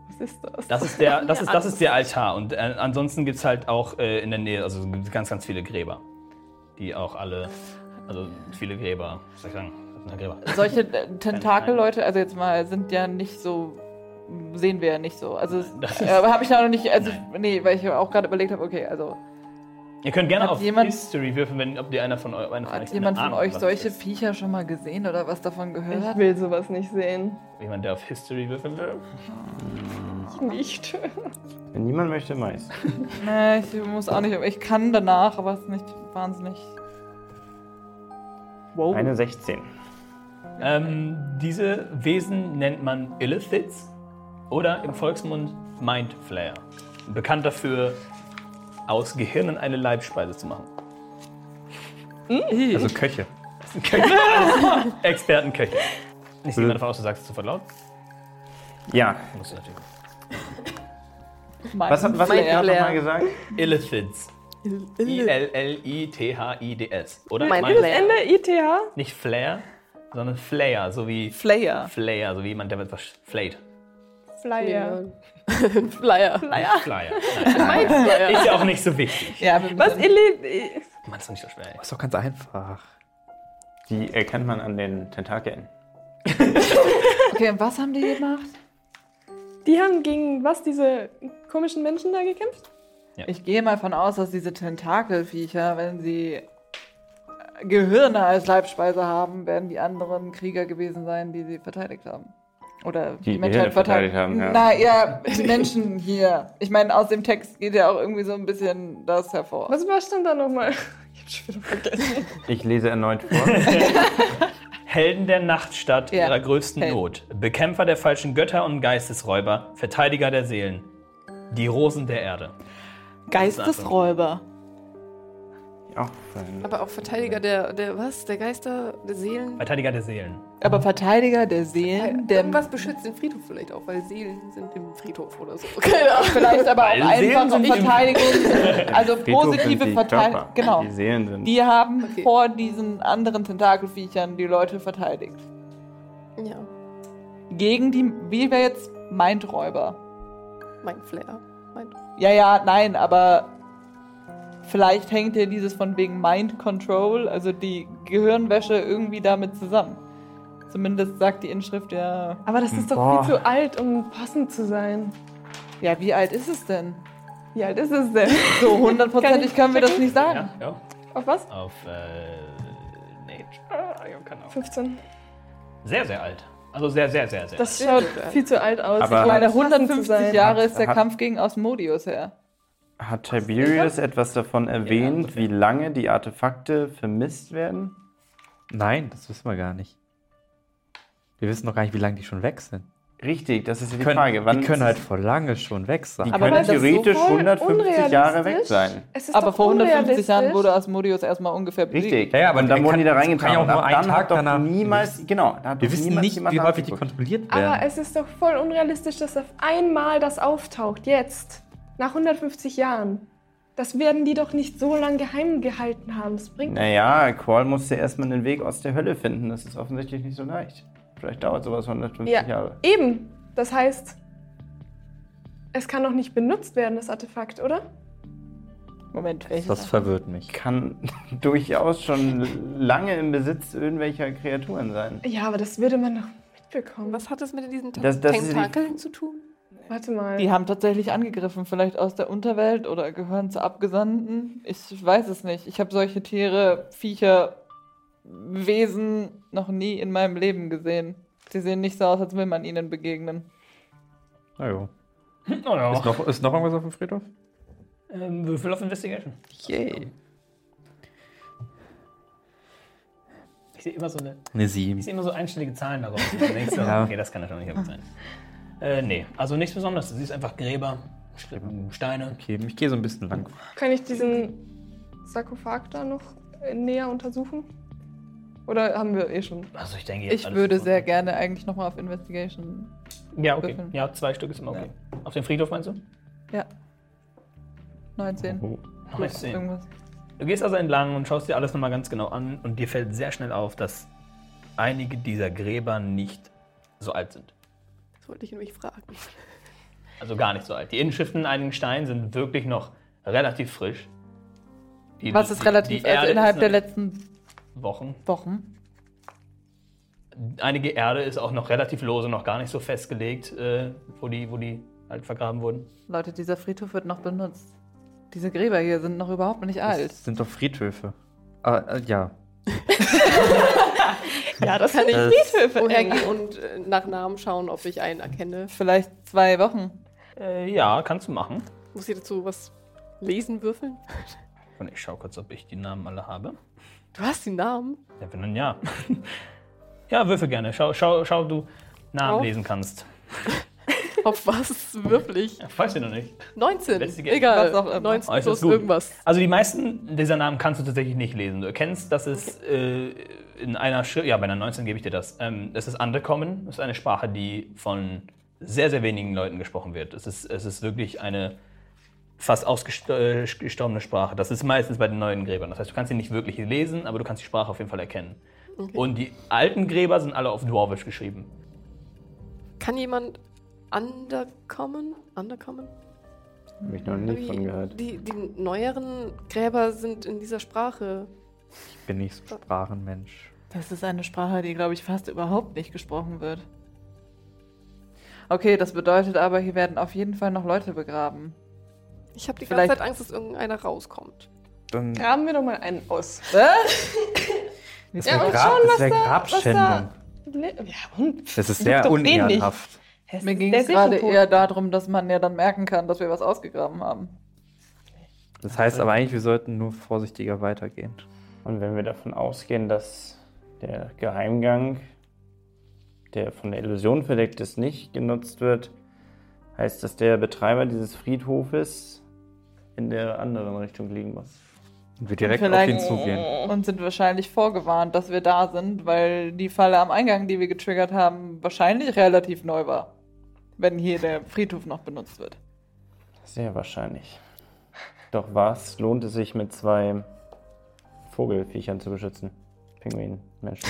Was ist das?
Das ist der, das ist, das ist der Altar. Und äh, ansonsten gibt es halt auch äh, in der Nähe, also gibt's ganz, ganz viele Gräber. Die auch alle, also viele Gräber, was soll ich sagen, Das sind ja Gräber.
Solche äh, Tentakelleute, also jetzt mal, sind ja nicht so. Sehen wir ja nicht so. Also,
Das
äh,
ist-
aber habe ich da noch nicht. Also, nee, weil ich auch gerade überlegt habe, okay, also.
Ihr könnt gerne
Hat
auf
jemand-
History würfeln, wenn, ob dir einer von euch. Eine von euch
Hat
eine
jemand von
Ahnung
euch
was
solche
ist.
Viecher schon mal gesehen oder was davon
Ich
gehört?
will sowas nicht sehen.
Jemand, der auf History würfeln will?
Ich nicht.
Wenn niemand möchte, meist.
Nee, ich muss auch nicht. Ich kann danach, aber es ist nicht wahnsinnig. Wow.
Eine 16.
Ähm, diese Wesen nennt man Illithids oder im Volksmund Mindflayer. Bekannt dafür, aus Gehirnen eine Leibspeise zu machen.
Also Köche.
Expertenköche. Ich gehe mal davon aus, du sagst es sofort laut.
Ja.
Musst du natürlich.
Mein-
Was, hat- was hat er nochmal gesagt?
Illithids. I-L-L-I-T-H-I-D-S. Oder?
Mein
Meint-
Flair.
Ende ITH?
Nicht Flair, sondern Flair, so wie
Flayer.
Flair, so wie jemand, der etwas flayt.
Flyer.
Flyer.
Flyer. Flyer. Nein. Ist ja auch nicht so wichtig.
Ja, wir
Was? Illi
Mann, ist doch nicht so schwer. ey.
Ist doch ganz einfach.
Die erkennt man an den Tentakeln.
Okay, und was haben die gemacht?
die haben gegen was, diese komischen Menschen da gekämpft?
Ich gehe mal von aus, dass diese Tentakelviecher, wenn sie äh, Gehirne als Leibspeise haben, werden die anderen Krieger gewesen sein, die sie verteidigt haben. Oder
Die Gehirne verteidigt haben, ja.
Na ja, die Menschen hier. Ich meine, aus dem Text geht ja auch irgendwie so ein bisschen das hervor.
Was war denn da nochmal? Ich hab schon wieder vergessen.
Ich lese erneut vor.
Helden der Nachtstadt
Ja.
ihrer größten
Helden.
Not, Bekämpfer der falschen Götter und Geistesräuber, Verteidiger der Seelen, die Rosen der Erde.
Geistesräuber.
Auch von-
Aber auch Verteidiger der, der was? Der Geister, der Seelen. Äh,
Verteidiger der Seelen.
Aber Verteidiger der Seelen, der
Irgendwas beschützt den Friedhof vielleicht auch, weil Seelen sind im Friedhof oder so. Keine Ahnung.
vielleicht aber auch
Weil Seelen
einfach
sind
um
nicht im-
Verteidigung, also
Friedhof
positive
die
Verteidigung.
Körper.
Genau.
Die Seelen sind.
Die haben
Okay.
vor diesen anderen Tentakelviechern die Leute verteidigt.
Ja,
Gegen die, wie wäre jetzt Mindräuber?
mein Flair. Mein
Ja, ja, nein, aber Vielleicht hängt ja dieses von wegen Mind Control, also die Gehirnwäsche, irgendwie damit zusammen. Zumindest sagt die Inschrift ja.
Aber das ist doch
Boah.
viel zu alt, um passend zu sein.
Ja, wie alt ist es denn?
Wie alt ist es denn?
So hundertprozentig können wir das nicht sagen.
Ja, ja.
Auf was?
Auf äh, Nature. Ah, Ja, keine Ahnung.
15.
Sehr, sehr alt. Also sehr, sehr, sehr, sehr.
Das schaut viel zu alt aus.
Aber-
um
Meine
passend zu
150
sein.
Jahre ist der
Hat-
Kampf gegen Osmodius her.
Hat Tiberius etwas davon erwähnt, wie lange die Artefakte vermisst werden?
Nein, das wissen wir gar nicht. Wir wissen noch gar nicht, wie lange die schon weg sind.
Richtig, das ist ja die
Die können,
Frage. Wann
die können
ist-
halt vor lange schon weg sein.
die
Aber
können
weil das so
theoretisch
voll
150 Jahre weg
unrealistisch-
sein.
Es ist
Aber
doch
vor 150 Jahren
unrealistisch.
wurde Osmodius erstmal ungefähr besiegt.
Richtig.
Ja, ja, aber
und dann
der
wurden
kann-
die da
das kann ja
reingetragen.
auch nur
Ab
einen
dann
Tag
hat doch
danach-
niemals, genau, da hat
Wir
doch
wissen
niemals
nicht,
jemand
wie häufig die
nachgeguckt.
kontrolliert werden.
Aber es ist doch voll unrealistisch, dass auf einmal das auftaucht, jetzt, nach 150 Jahren. Das werden die doch nicht so lange geheim gehalten haben. Das bringt
Naja, Qual musste erstmal den Weg aus der Hölle finden. Das ist offensichtlich nicht so leicht. Vielleicht dauert sowas 150
Ja.
Jahre.
Eben. Das heißt, es kann noch nicht benutzt werden, das Artefakt, oder?
Moment, welches?
das verwirrt mich.
Kann durchaus schon lange im Besitz irgendwelcher Kreaturen sein.
Ja, aber das würde man noch mitbekommen.
Was hat das mit diesen
Das- das ist die-
Tentakeln zu tun?
Warte mal.
Die haben tatsächlich angegriffen, vielleicht aus der Unterwelt oder gehören zu Abgesandten. Ich weiß es nicht. Ich habe solche Tiere, Viecher, Wesen noch nie in meinem Leben gesehen. Sie sehen nicht so aus, als will man ihnen begegnen.
Na jo.
Oh ja.
Ist, noch, ist noch irgendwas auf dem Friedhof?
Ähm, Würfel auf Investigation.
Yay.
Ich sehe immer so eine.
Eine
Ich
7.
sehe immer so einstellige Zahlen daraus. Und dann denkst du,
Ja.
Okay, das kann natürlich nicht gut sein. Äh, nee, also nichts Besonderes. Du siehst einfach Gräber, Steine.
Okay, ich gehe so ein bisschen lang.
Kann ich diesen Sarkophag da noch äh, näher untersuchen?
Oder haben wir eh schon?
Also ich denke jetzt
Ich
alles
würde
gefunden.
sehr gerne eigentlich nochmal auf Investigation.
Ja, okay.
würfeln.
Ja, zwei Stück ist immer okay. Auf dem Friedhof meinst du?
Ja. 19.
Oh.
19.
Irgendwas.
Du gehst also entlang und schaust dir alles nochmal ganz genau an und dir fällt sehr schnell auf, dass einige dieser Gräber nicht so alt sind.
Das wollte ich nämlich fragen.
Also gar nicht so alt. Die Inschriften in einigen Steinen sind wirklich noch relativ frisch. Die-
Was ist
die-
relativ,
die Erde
also innerhalb
ist
der
noch-
letzten
Wochen.
Wochen?
Einige Erde ist auch noch relativ lose, noch gar nicht so festgelegt, äh, wo, die, wo die halt vergraben wurden.
Leute, dieser Friedhof wird noch benutzt. Diese Gräber hier sind noch überhaupt nicht alt.
Das sind doch Friedhöfe. Ah, äh, ja.
Ja, das kann ich
Das-
Woher gehen und äh, nach Namen schauen, ob ich einen erkenne.
Vielleicht zwei Wochen.
Äh, ja, kannst du machen.
Muss ich dazu was lesen, würfeln?
Und ich schau kurz, ob ich die Namen alle habe.
Du hast die Namen.
Ja, wenn dann ja. ja, würfel gerne. Schau, schau, schau ob du Namen
Auf.
lesen kannst.
Auf was würfel ich?
Ja, weiß ich noch nicht.
19.
Investigate.
Egal.
Was auch immer.
19
Oh, ist das
plus
gut.
irgendwas.
Also die meisten dieser Namen kannst du tatsächlich nicht lesen. Du erkennst, dass es äh, in einer Schrift, ja, bei einer 19 gebe ich dir das, ähm, es ist Undercommon, es ist eine Sprache, die von sehr, sehr wenigen Leuten gesprochen wird. Es ist, es ist wirklich eine fast ausgestorbene Sprache. Das ist meistens bei den neuen Gräbern. Das heißt, du kannst sie nicht wirklich lesen, aber du kannst die Sprache auf jeden Fall erkennen. Und die alten Gräber sind alle auf Dwarvish geschrieben.
Kann jemand underkommen? Underkommen?
Hab ich noch nie von gehört.
Die, die neueren Gräber sind in dieser Sprache.
Ich bin nicht so ein Sprachenmensch.
Das ist eine Sprache, die, glaube ich, fast überhaupt nicht gesprochen wird. Okay, das bedeutet aber, hier werden auf jeden Fall noch Leute begraben.
Ich habe die
Vielleicht-
ganze Zeit Angst, dass irgendeiner rauskommt.
Dann
Graben wir doch mal einen aus.
das
Ja,
wäre
und
Grab,
schon,
das
was
wär
da-
Grabschändung.
Le- Ja, und?
Das ist
Juckt
sehr
doch den nicht.
unehrenhaft.
Es
Mir
ist
ging
der
es gerade
Sichelpunkt.
eher darum, dass man ja dann merken kann, dass wir was ausgegraben haben.
Das heißt aber eigentlich, wir sollten nur vorsichtiger weitergehen.
Und wenn wir davon ausgehen, dass der Geheimgang, der von der Illusion verdeckt ist, nicht genutzt wird, heißt das, der Betreiber dieses Friedhofes in der anderen Richtung liegen muss.
Und wir direkt auf
Vielleicht-
ihn zugehen.
Oh.
Und sind wahrscheinlich vorgewarnt, dass wir da sind, weil die Falle am Eingang, die wir getriggert haben, wahrscheinlich relativ neu war. Wenn hier der Friedhof noch benutzt wird.
Sehr wahrscheinlich. Doch was lohnt es sich, mit zwei Vogelfiechern zu beschützen? Pinguin, Mensch.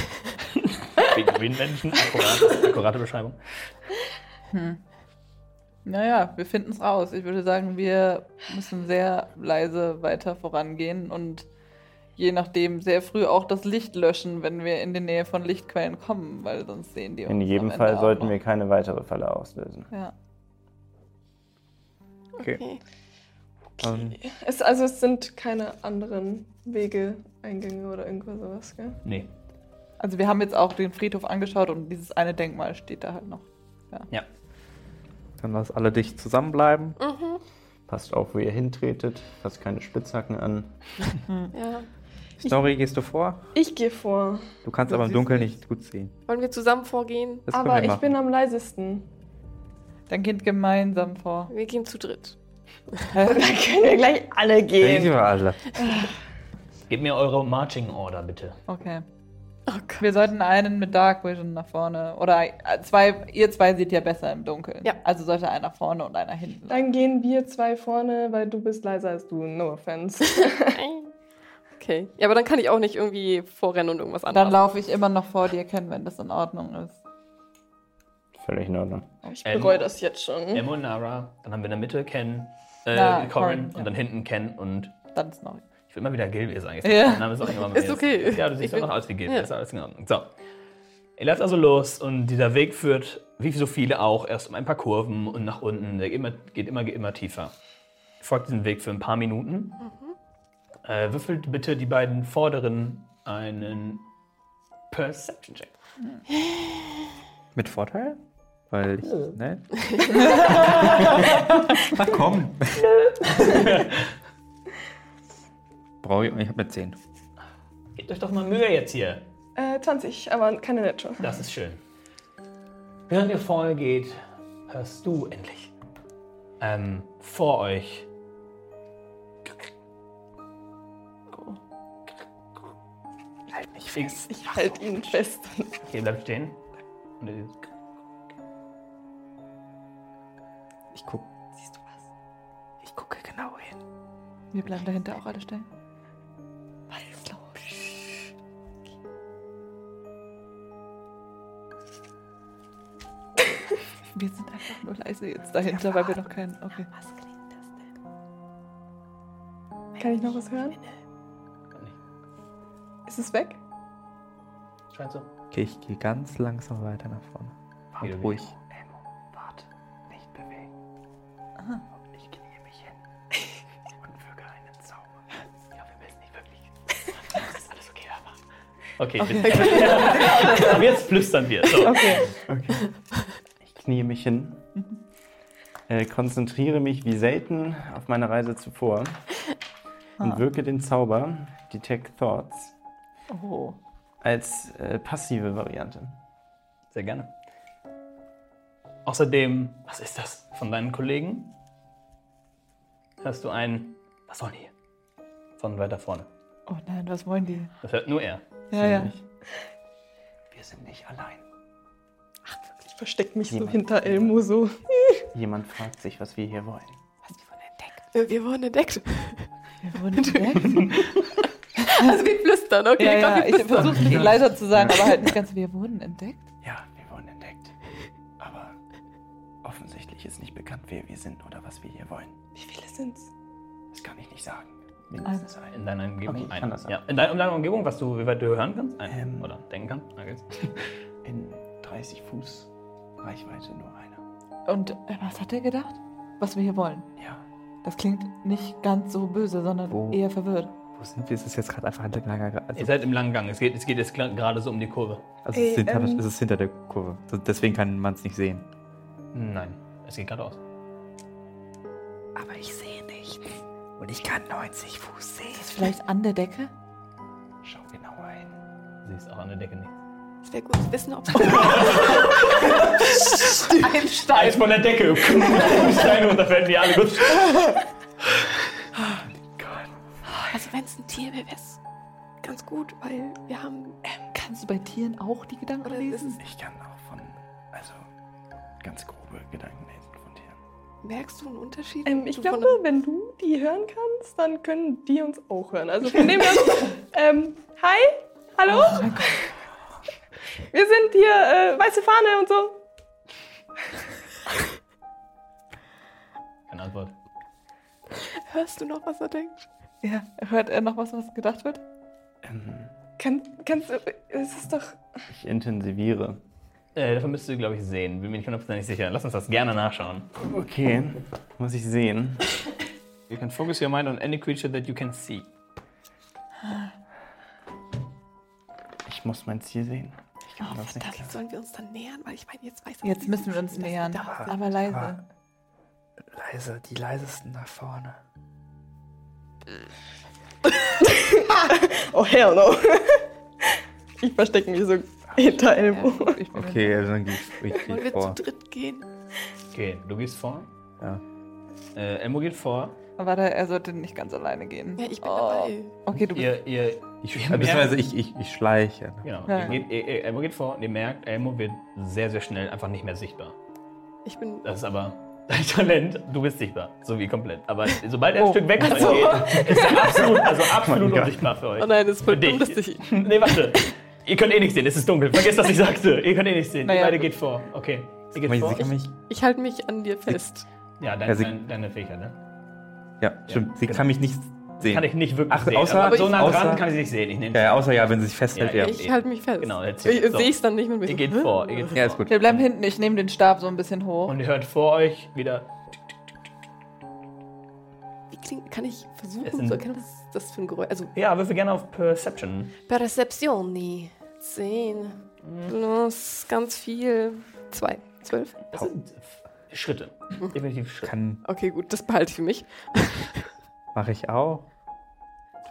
Pinguinmenschen, akkurate, akkurate Beschreibung.
Naja, wir finden es raus. Ich würde sagen, wir müssen sehr leise weiter vorangehen und je nachdem sehr früh auch das Licht löschen, wenn wir in die Nähe von Lichtquellen kommen, weil sonst sehen die uns.
In jedem
am
Fall
Ende auch
sollten
noch.
wir keine weitere Falle auslösen.
Ja.
Okay.
Ähm,
Es, also es sind keine anderen Wege, Eingänge oder irgendwas sowas, gell?
nee.
Also wir haben jetzt auch den Friedhof angeschaut und dieses eine Denkmal steht da halt noch.
Ja. Dann lass alle dicht zusammenbleiben.
Mhm.
Passt auf, wo ihr hintretet. Passt keine Spitzhacken an.
Ja.
Story, gehst du vor?
Ich gehe vor.
Du kannst
Du
aber im
siehst
Dunkeln nicht gut sehen.
Wollen wir zusammen vorgehen?
Das können
Aber
wir
ich
machen.
bin am leisesten.
Dann geht gemeinsam vor.
Wir gehen zu dritt.
Hä?
Dann können wir gleich alle
Denken
gehen.
wir alle.
Gebt mir eure Marching Order, bitte.
Okay. Wir sollten einen mit Dark Vision nach vorne. Oder äh, zwei, ihr zwei seht ja besser im Dunkeln.
Ja.
Also sollte einer vorne und einer hinten.
Dann gehen wir zwei vorne, weil du bist leiser als du. No offense.
Okay. Ja, aber dann kann ich auch nicht irgendwie vorrennen und irgendwas
Dann
anderes.
laufe ich immer noch vor dir, Ken, wenn das in Ordnung ist.
Völlig in Ordnung.
Ich
Ähm,
bereue das jetzt schon.
Emma und Nara, dann haben wir in der Mitte Ken, äh,
Na,
Corin
Corin, ja.
und dann hinten Ken und
Dann ist noch.
ich will immer wieder Gilbert sagen.
Ja.
Mein Name ist auch immer Matthias.
Ist okay.
Ja, du siehst
Ich
auch noch
bin-
aus wie Gilbert.
Ja.
Ist alles in Ordnung. So. Ihr lauft also los und dieser Weg führt, wie so viele auch, erst um ein paar Kurven und nach unten. Der geht immer, geht immer, geht immer tiefer. Ihr Folgt diesen Weg für ein paar Minuten. Äh, würfelt bitte die beiden vorderen einen Perception-Check.
Mit Vorteil? Weil ich. Ne?
Na komm.
Brauche ich. Ich habe eine 10.
Gebt euch doch mal Mühe jetzt hier.
Äh, 20, aber keine Natural.
Das ist schön. Während ihr vorne geht, hörst du endlich ähm, vor euch halt mich fix.
Ich halte ihn fest.
Okay, bleibt stehen. Und ihr-
Ich guck.
Ich gucke genau hin.
Wir bleiben dahinter auch alle stehen. Wir sind einfach nur leise jetzt dahinter, weil wir noch keinen. Okay.
Kann ich noch was hören? Ist es weg?
Scheint so.
Okay, ich gehe ganz langsam weiter nach vorne.
Wieder
Und ruhig.
Warte, nicht bewegen. Ich knie mich hin und füge einen Zauber. Ich hoffe, wir müssen nicht wirklich. Ist alles okay, aber. Okay, Jetzt, aber jetzt flüstern wir. So.
Ich knie mich hin.
Mhm.
Äh, konzentriere mich wie selten auf meine Reise zuvor.
Ah.
Und wirke den Zauber, Detect Thoughts,
Oh.
als äh, passive Variante.
Sehr gerne. Außerdem, was ist das von deinen Kollegen? Hörst du ein, was soll die? Von weiter vorne.
Oh nein, was wollen die?
Das hört nur er.
Ja, ja.
Wir sind nicht allein.
Ich verstecke mich so
Niemand.
hinter Elmo so.
Jemand fragt sich, was wir hier wollen.
Äh, Wir wurden entdeckt.
Wir wurden entdeckt.
Also wir flüstern, okay.
ja, ja,
komm, wir
ich versuche leiser zu sein, aber halt nicht ganz. Wir wurden entdeckt.
Ja, wir wurden entdeckt. Aber offensichtlich ist nicht bekannt, wer wir sind oder was wir hier wollen.
Wie viele sind's? Also.
Das kann ich nicht sagen. Mindestens ein.
In deiner Umgebung?
Okay,
ein.
kann das sein.
ja. in, deiner, in deiner Umgebung, was du, wie weit du hören kannst? Ein.
Ähm.
Oder denken kannst? Okay.
In 30 Fuß Reichweite nur einer.
Und äh, was hat er gedacht? Was wir hier wollen?
Ja.
Das klingt nicht ganz so böse, sondern
Wo?
eher verwirrt.
Wo sind wir? Es ist jetzt gerade einfach ein langer. Also,
Ihr seid im langen Gang. Es geht, es geht jetzt gl- gerade so um die Kurve.
also es, ist
Ey,
hinter,
ähm.
es ist hinter der Kurve. So, Deswegen kann man es nicht sehen.
Nein, es geht geradeaus.
Aber ich sehe nichts. Und ich kann 90 Fuß sehen.
Ist vielleicht an der Decke?
Schau genauer hin.
Du siehst auch an der Decke nichts.
Es wäre gut zu wissen, ob Also
Ein
Eins
Stein.
von der Decke. Steine runterfällt, die alle gut.
Also wenn es ein Tier wäre, wäre es ganz gut, weil wir haben...
Kannst du bei Tieren auch die Gedanken
Oder ist
lesen?
es,
Ich kann auch von, also ganz grobe Gedanken lesen von dir.
merkst du einen Unterschied?
Ähm, ich
So von
glaube, wenn du die hören kannst, dann können die uns auch hören. Also von dem her, ähm, hi, hallo. Wir sind hier, äh, weiße Fahne und so.
Keine Antwort.
Hörst du noch, was er denkt?
Ja, hört er noch was, was gedacht wird?
Kann, kannst du. Es ist doch.
Ich intensiviere.
Äh, davon müsstest du, glaube ich, sehen. Bin mir nicht hundertprozentig sicher. Lass uns das gerne nachschauen.
Okay, muss ich sehen.
You can focus your mind on any creature that you can see.
Ich muss mein Ziel sehen. Ich kann das nicht.
Verdammt, sollen wir uns dann nähern? Weil ich meine, jetzt weiß er
Jetzt
nicht,
müssen wir uns
dass wir
nähern.
da sind.
Aber leise.
Leise, die leisesten nach vorne.
Oh, hell no. ich verstecke mich so hinter Elmo.
Ich bin
Okay, also dann gehe ich, ich
Wollen
geh
wir
vor.
zu dritt gehen?
Okay, du gehst vor.
Ja.
Äh, Elmo geht vor.
Warte, er sollte nicht ganz alleine gehen.
Ja, ich bin
Oh.
dabei.
Okay, du bist.
Ihr, ihr,
Ich,
ihr merkt,
Also, beziehungsweise ich, ich, ich schleiche. ne?
genau,
Ja.
ihr geht, ihr, ihr, Elmo geht vor und ihr merkt, Elmo wird sehr, sehr schnell einfach nicht mehr sichtbar.
Ich bin.
Das ist aber dein Talent. Du bist sichtbar. So wie komplett. Aber sobald er ein
Oh.
Stück weg von euch geht, ist er absolut, also absolut
Mein Gott.
unsichtbar für euch.
Oh nein, das ist voll
Für
dumm,
dich.
dass ich.
Nee, warte. Ihr könnt eh nichts sehen, es ist dunkel. Vergesst, was ich sagte. Ihr könnt eh nichts sehen.
Naja,
Ihr beide
gut.
geht vor. Okay. Ihr geht
Sie
vor.
kann mich,
Ich halte mich an dir fest.
Ja, dein,
Ja, sie-
dein, deine Fähigkeit, ne?
ja, stimmt. Sie kann mich nicht sehen.
Kann ich nicht wirklich
Ach,
sehen.
außer-
aber so nah dran
außer-
kann ich nicht sehen. Ich nehme
ja, ja, außer ja, wenn sie sich festhält,
Ja,
ja.
ja.
Ich halte mich fest.
Genau, jetzt
Ich
hier. So.
sehe es dann nicht mit mir.
Ihr geht vor. Ihr geht vor.
Ja, ist gut.
Wir bleiben hinten, ich nehme den Stab so ein bisschen hoch.
Und ihr hört vor euch wieder.
Wie klingt, kann ich
Es sind-
versuchen zu erkennen, was ist das für ein Geräusch? Also
Ja, würfel gerne auf Perception.
Perceptioni. 10 plus Mhm. ganz viel. 2. 12.
Das sind f- Schritte. Definitiv Schritte.
Kann,
Okay, gut, das behalte ich für mich.
mache ich auch.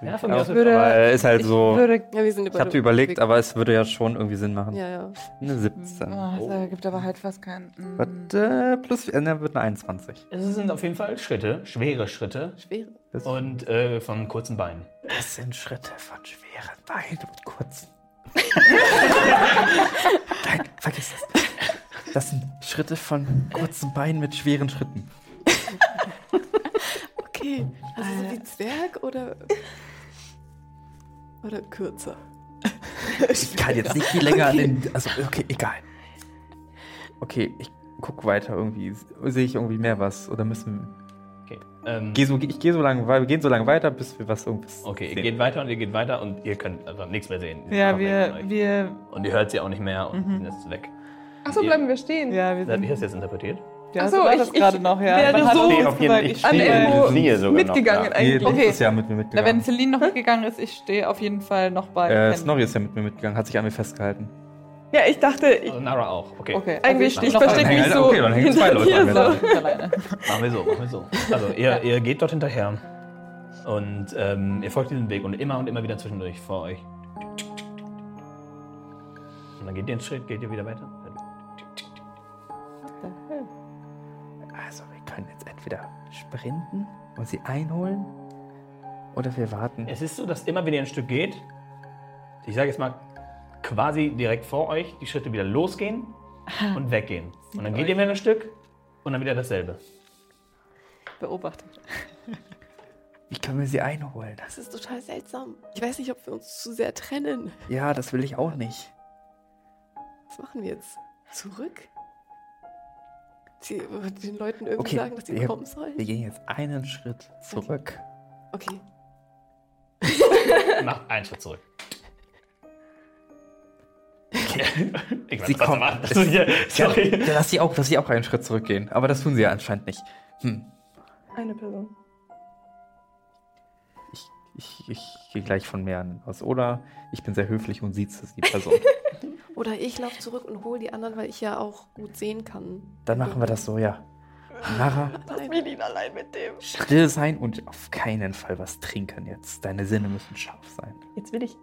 Ja, von mir aus
würde-
Aber äh, ist halt
ich
so.
würde.
Ja, wir sind über
Ich habe überlegt, aber es würde ja schon irgendwie Sinn machen.
Ja, ja.
Eine 17.
Oh, Da gibt aber halt fast keinen. mm.
Warte, plus, äh, ne, wird eine 21.
Es sind auf jeden Fall Schritte, schwere Schritte
Schwere.
Das,
und äh, von kurzen Beinen.
das sind Schritte von schweren Beinen und kurzen. Nein, vergiss das. Das sind Schritte von kurzen Beinen mit schweren Schritten.
Okay. Also so wie Zwerg oder. Oder kürzer.
Ich kann jetzt nicht viel länger an den. Also, okay, egal. Okay, ich guck weiter irgendwie. Sehe ich irgendwie mehr was? Oder müssen.
Okay. Ähm,
Geh so, ich gehe so lange wei- wir gehen so lange weiter, bis wir was irgendwas.
okay, ihr
sehen.
geht weiter und ihr geht weiter und ihr könnt einfach nichts mehr sehen. Sie
Ja,
sind komplett
wir,
weg.
wir.
Und ihr hört sie auch nicht mehr und mhm. ist weg.
Achso, bleiben wir stehen.
Ja, wir
Wie hast
sind.
du das jetzt interpretiert?
Ja,
Ach
so
so,
war
ich-
das
ich
gerade noch, ja.
werde
Man hat
so
uns
auf jeden-
gesagt,
ich
ich
stehe
stehe
in
irgendwo
Nähe sogar noch
mitgegangen
da.
Nee,
eigentlich.
okay. ist
Okay.
ja mit mir
Na, wenn
mitgegangen.
Celine noch mitgegangen ist, ich stehe auf jeden Fall noch bei.
Äh,
Ken.
Snorri ist ja mit mir mitgegangen, hat sich an mir festgehalten.
Ja, ich dachte, ich,
Also Nara auch. Okay.
Okay, also
eigentlich,
stehe
ich
noch
verstecke
alleine.
mich
Hängen-
so
okay, dann hängen zwei
hinter
Leute
dir
an mir
so.
dran.
Ich bin alleine.
Machen wir so, machen wir so. Also ihr, ihr geht dort hinterher und ähm, ihr folgt diesem Weg und immer und immer wieder zwischendurch vor euch. Und dann geht ihr einen Schritt, geht ihr wieder weiter.
Also, wir können jetzt entweder sprinten und sie einholen. Oder wir warten.
Es ist so, dass immer wenn ihr ein Stück geht, ich sage jetzt mal quasi direkt vor euch, die Schritte wieder losgehen und weggehen. Und dann geht ihr wieder ein Stück und dann wieder dasselbe.
Beobachtet.
Wie können wir sie einholen?
Das ist total seltsam. Ich weiß nicht, ob wir uns zu sehr trennen.
Ja, das will ich auch nicht.
Was machen wir jetzt? Zurück? Sie, den Leuten irgendwie
Okay,
sagen, dass sie
wir-
kommen sollen?
Wir gehen jetzt einen Schritt zurück.
Okay.
Macht einen Schritt zurück. Ich weiß,
Sie
was er
kommen.
macht.
Es-
Sorry.
Ja, lass sie auch, lass sie auch einen Schritt zurückgehen. Aber das tun sie ja anscheinend nicht. Hm.
Eine Person.
Ich, ich, ich gehe gleich von mir an aus. Oder ich bin sehr höflich und sieht's es die Person.
Oder ich laufe zurück und hole die anderen, weil ich ja auch gut sehen kann.
Dann machen wir das so, ja. Nara,
Nein.
still sein und auf keinen Fall was trinken jetzt. Deine Sinne müssen scharf sein.
Jetzt will ich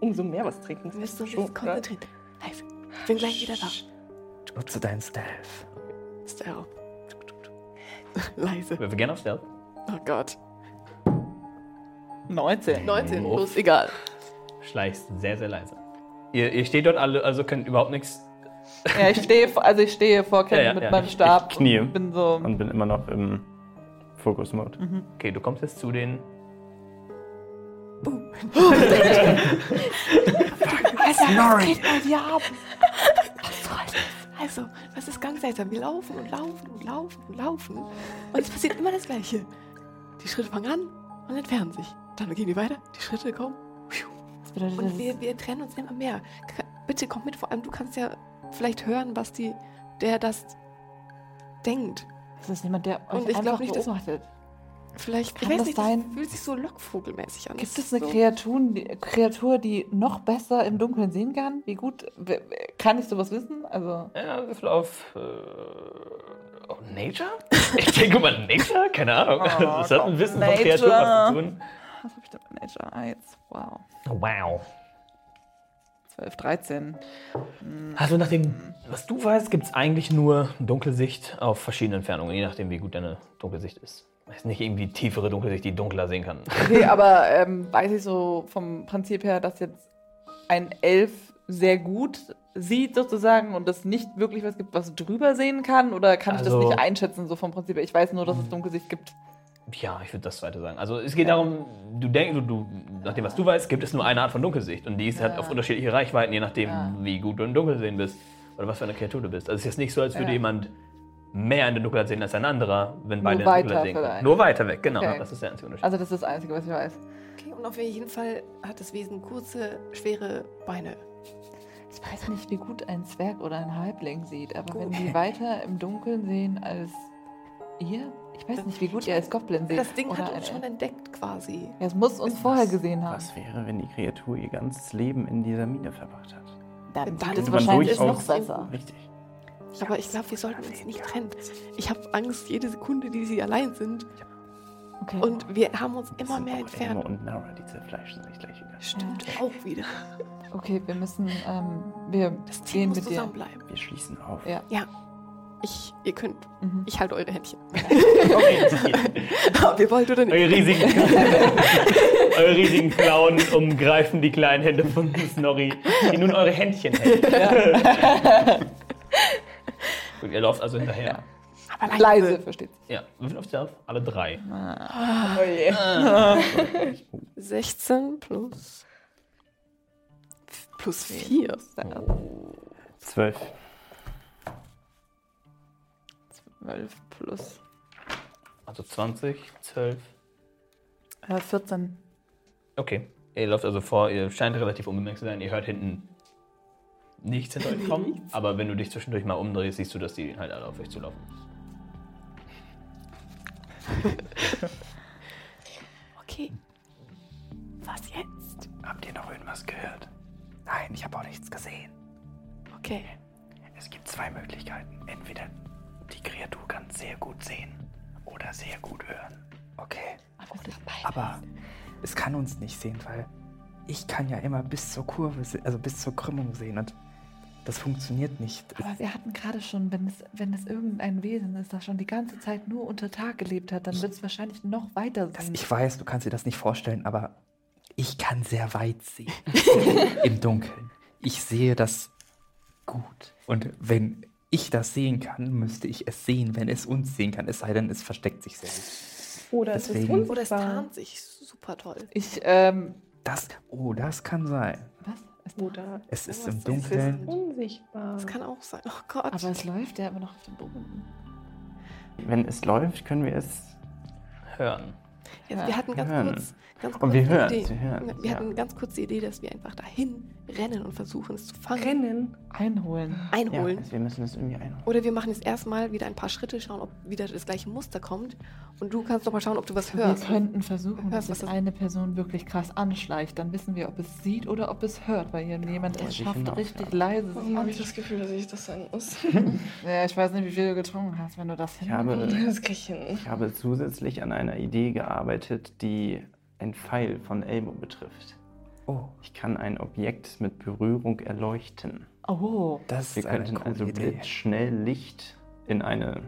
umso mehr was trinken.
Wir müssen uns
Schon,
jetzt konzentrieren. Live. Ich bin gleich wieder da.
Nutze deinen Stealth.
Stealth. Leise.
Wir beginnen auf Stealth.
Oh Gott.
19.
19
Oh.
plus, egal.
Schleichst sehr, sehr leise. Ihr, ihr steht dort alle, also könnt überhaupt nichts.
Ja, ich stehe, vor- also ich stehe vor Ken
Ja, ja,
mit
ja.
meinem
Ich-
Stab.
ich knie.
und Bin so.
Und bin immer noch im Fokus-Mode.
Mhm.
Okay, du kommst jetzt zu den.
Alter, was geht bei dir ab? Was soll das?
Also, das ist ganz seltsam. Wir laufen und laufen und laufen und laufen. Und es passiert immer das Gleiche. Die Schritte fangen an und entfernen sich. Dann gehen die weiter, die Schritte kommen. pfiuh.
Das bedeutet,
Und
dass
wir, wir trennen uns immer mehr. Ka- Bitte komm mit, vor allem du kannst ja vielleicht hören, was die, der das denkt.
das ist jemand, der euch
Und ich
einfach
glaube nicht, dass-
beobachtet.
Vielleicht
Kann
ich weiß
das
nicht,
sein?
fühlt sich so lockvogelmäßig an.
Gibt
Das
es eine
ist so-
Kreatur, die, Kreatur, die noch besser im Dunkeln sehen kann? Wie gut w- w- kann ich sowas wissen? Also
Ja, Würfel auf, äh, auf Nature? Ich denke mal Nature? Keine Ahnung. das
Oh,
hat ein Wissen von Kreatur was zu tun.
Was habe ich denn bei Nature? Ah, jetzt, wow.
Wow.
12, 13.
Also nach dem, was du weißt, gibt es eigentlich nur Dunkelsicht auf verschiedene Entfernungen, je nachdem, wie gut deine Dunkelsicht ist. Es ist nicht irgendwie tiefere Dunkelsicht, die dunkler sehen kann.
Okay, aber ähm, weiß ich so vom Prinzip her, dass jetzt ein Elf sehr gut sieht sozusagen und es nicht wirklich was gibt, was drüber sehen kann? Oder kann ich das
Also-
nicht einschätzen so vom Prinzip her? Ich weiß nur, dass es Dunkelsicht gibt.
Ja, ich würde das zweite sagen. Also es geht darum, du denkst, du, du, nach dem, was du weißt, gibt es nur eine Art von Dunkelsicht. Und die ist halt auf unterschiedliche Reichweiten, je nachdem, wie gut du im Dunkeln sehen bist. Oder was für eine Kreatur du bist. Also es ist jetzt nicht so, als würde
Ja.
jemand mehr in der Dunkelheit sehen als ein anderer, wenn beide in der
weiter
Dunkelheit sehen. können.
vielleicht.
Nur weiter weg, genau.
Okay.
Das ist der einzige Unterschied.
Also das ist das Einzige, was ich weiß.
Okay, und auf jeden Fall hat das Wesen kurze, schwere Beine.
Ich weiß nicht, wie gut ein Zwerg oder ein Halbling sieht, aber wenn die weiter im Dunkeln sehen als ihr, ich weiß nicht, wie gut ihr als Goblin seht.
Das Ding
oder
hat
ein
uns schon
Elf.
entdeckt quasi.
Ja, es muss uns vorher gesehen haben.
Was wäre, wenn die Kreatur ihr ganzes Leben in dieser Mine verbracht hat?
Dann
Dann ist
sieht es
es
man
wahrscheinlich noch
durchaus-
besser.
Richtig.
Aber ich glaube, wir sollten uns nicht trennen. Ich habe Angst, jede Sekunde, die sie allein sind.
Okay.
Und wir haben uns immer mehr
Emma
entfernt.
und Nara, die zerfleischen sich gleich wieder.
Stimmt, auch wieder.
okay, wir müssen, ähm, wir
Das Team
gehen
muss
mit dir.
zusammenbleiben.
Wir schließen auf.
Ja.
Ich, ihr könnt,
Mhm.
ich halte eure Händchen.
Okay.
Ob ihr wollt oder nicht.
Eure riesigen, eure riesigen Klauen umgreifen die kleinen Hände von Snorri, die nun eure Händchen hält. Und ihr lauft also hinterher.
Aber
Leise, versteht sich.
Ja, wir sind auf Stealth, alle drei.
Oh je.
16 plus. Plus 4.
Zwölf.
12 plus
Also 20, 12.
äh, 14.
Okay. Ihr lauft also vor, ihr scheint relativ unbemerkt zu sein. Ihr hört hinten nichts hinter euch kommen. aber wenn du dich zwischendurch mal umdrehst, siehst du, dass die halt alle auf euch zulaufen.
Okay. Was jetzt?
Habt ihr noch irgendwas gehört? Nein, ich habe auch nichts gesehen.
Okay.
Es gibt zwei Möglichkeiten. Entweder die Kreatur kann sehr gut sehen oder sehr gut hören.
Okay. Aber es kann uns nicht sehen, weil ich kann ja immer bis zur Kurve, se- also bis zur Krümmung sehen und das funktioniert nicht.
Aber wir hatten gerade schon, wenn es, wenn es irgendein Wesen ist, das schon die ganze Zeit nur unter Tag gelebt hat, dann wird es wahrscheinlich noch weiter
Das,
sein.
ich weiß, du kannst dir das nicht vorstellen, aber ich kann sehr weit sehen. Im Dunkeln. Ich sehe das gut. Und wenn ich das sehen kann, müsste ich es sehen, wenn es uns sehen kann. Es sei denn, es versteckt sich selbst.
Oder es ist
Deswegen-
unsichtbar.
Oder es tarnt sich super toll.
Ich, ähm,
Das, oh, das kann sein.
was? Es-
Oder
Es ist im
Oh, es ist-
Dunkeln.
unsichtbar.
Das kann auch sein. Oh Gott.
Aber es läuft ja immer noch auf dem Boden.
Wenn es läuft, können wir es.
Hören.
Jetzt, Also wir hatten ganz
hören.
kurz, ganz kurz
Und wir
die
hören,
Idee.
wir hören,
wir
ja.
hatten ganz kurz die Idee, dass wir einfach dahin rennen und versuchen, es zu fangen,
Rennen.
Einholen.
Ja,
einholen.
also wir müssen es irgendwie einholen.
Oder wir machen jetzt erstmal wieder ein paar Schritte, schauen, ob wieder das gleiche Muster kommt. Und du kannst noch mal schauen, ob du was hörst.
Wir könnten versuchen,
Hörst,
dass
was
sich
das-
eine Person wirklich krass anschleicht. Dann wissen wir, ob es sieht oder ob es hört, weil hier jemand
wollte
es
ich
schafft,
hinaus,
richtig
ja.
leise.
Warum habe ich
sich
das Gefühl, dass ich das sein muss?
anzusch- Ja, ich weiß nicht, wie viel du getrunken hast, wenn du das
Ich habe,
Das krieg ich hin.
ich habe zusätzlich an einer Idee gearbeitet, die ein Pfeil von Elmo betrifft.
Oh,
Ich kann ein Objekt mit Berührung erleuchten.
Oh,
das
Wir
ist eine
könnten
coole
also
Idee.
mit schnell Licht in eine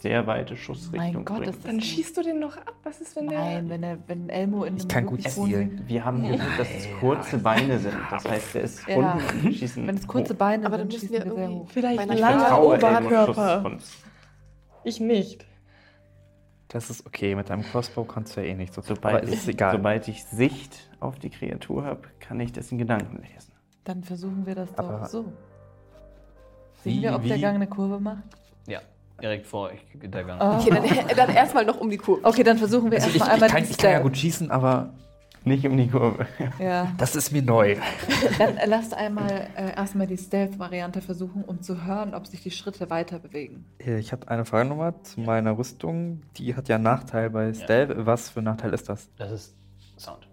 sehr weite Schussrichtung
mein Gott,
bringen.
ist das.
Dann schießt du den noch ab. Was ist, wenn der.
Nein, wenn, er, wenn Elmo in
Ich
einem
kann gut
wirklich
zielen.
hohen-
Wir haben gehört, dass es kurze Beine sind. Das heißt, er ist
Ja.
unten und wir schießen.
Wenn es kurze Beine
Aber dann
sind,
müssen
schießen
wir
wir sehr
irgendwie-
hoch.
Vielleicht
Meiner
ein
hoch. Ich
langer
vertraue Elmos Schuss
Oberkörper.
von
Ich nicht.
Das ist okay, mit deinem Crossbow kannst du ja eh nicht so.
Sobald,
aber es ist
ich,
egal.
sobald ich Sicht auf die Kreatur habe, kann ich das in Gedanken lesen.
Dann versuchen wir das doch
Aber-
so. Sehen
Wie-
wir, ob
wie-
der Gang eine Kurve macht?
Ja, direkt vor euch der Gang.
Ah.
Okay, dann, dann erstmal noch um die Kurve.
Okay, dann versuchen wir
Also ich, ich,
erstmal einmal
kann,
den
ich kann ja
Stealth.
gut schießen, aber
Nicht um die Kurve.
Ja.
das ist mir neu.
Dann äh, lasst einmal äh, erstmal die Stealth-Variante versuchen, um zu hören, ob sich die Schritte weiter bewegen.
Äh, Ich habe eine Frage nochmal zu meiner Rüstung. Die hat ja einen Nachteil bei Stealth. Was für ein Nachteil ist das?
Das ist Sound.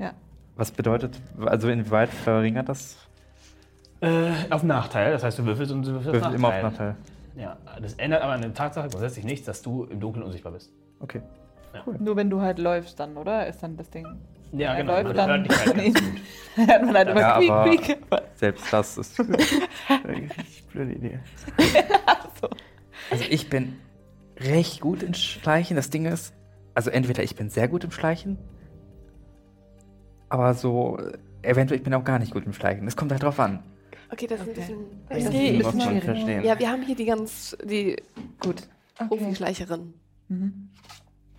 Ja.
Was bedeutet, also inwieweit verringert das?
Äh, auf Nachteil, das heißt, du würfelst und du würfelst
Würfel immer auf Nachteil.
Ja, das ändert aber an der Tatsache grundsätzlich nichts, dass du im Dunkeln unsichtbar bist.
Okay.
Nur wenn du halt läufst dann, oder? Ist dann das Ding.
Ja,
Er
genau.
läuft
also
man
dann.
hört dich halt ganz gut.
Hat man halt immer
Ja,
quiek,
aber-
quiek.
Selbst das ist.
Richtig blöde Idee.
Also ich bin recht gut im Schleichen. Das Ding ist, also entweder ich bin sehr gut im Schleichen, aber so äh, eventuell ich bin auch gar nicht gut im Schleichen. Es kommt halt drauf an.
Okay, das
Okay.
ist ein
Das
bisschen.
ist
Okay.
ein
muss
bisschen
man
schwierig.
verstehen.
Ja, wir haben hier die ganz. die
Gut. Okay.
Profischleicherin.
Mhm.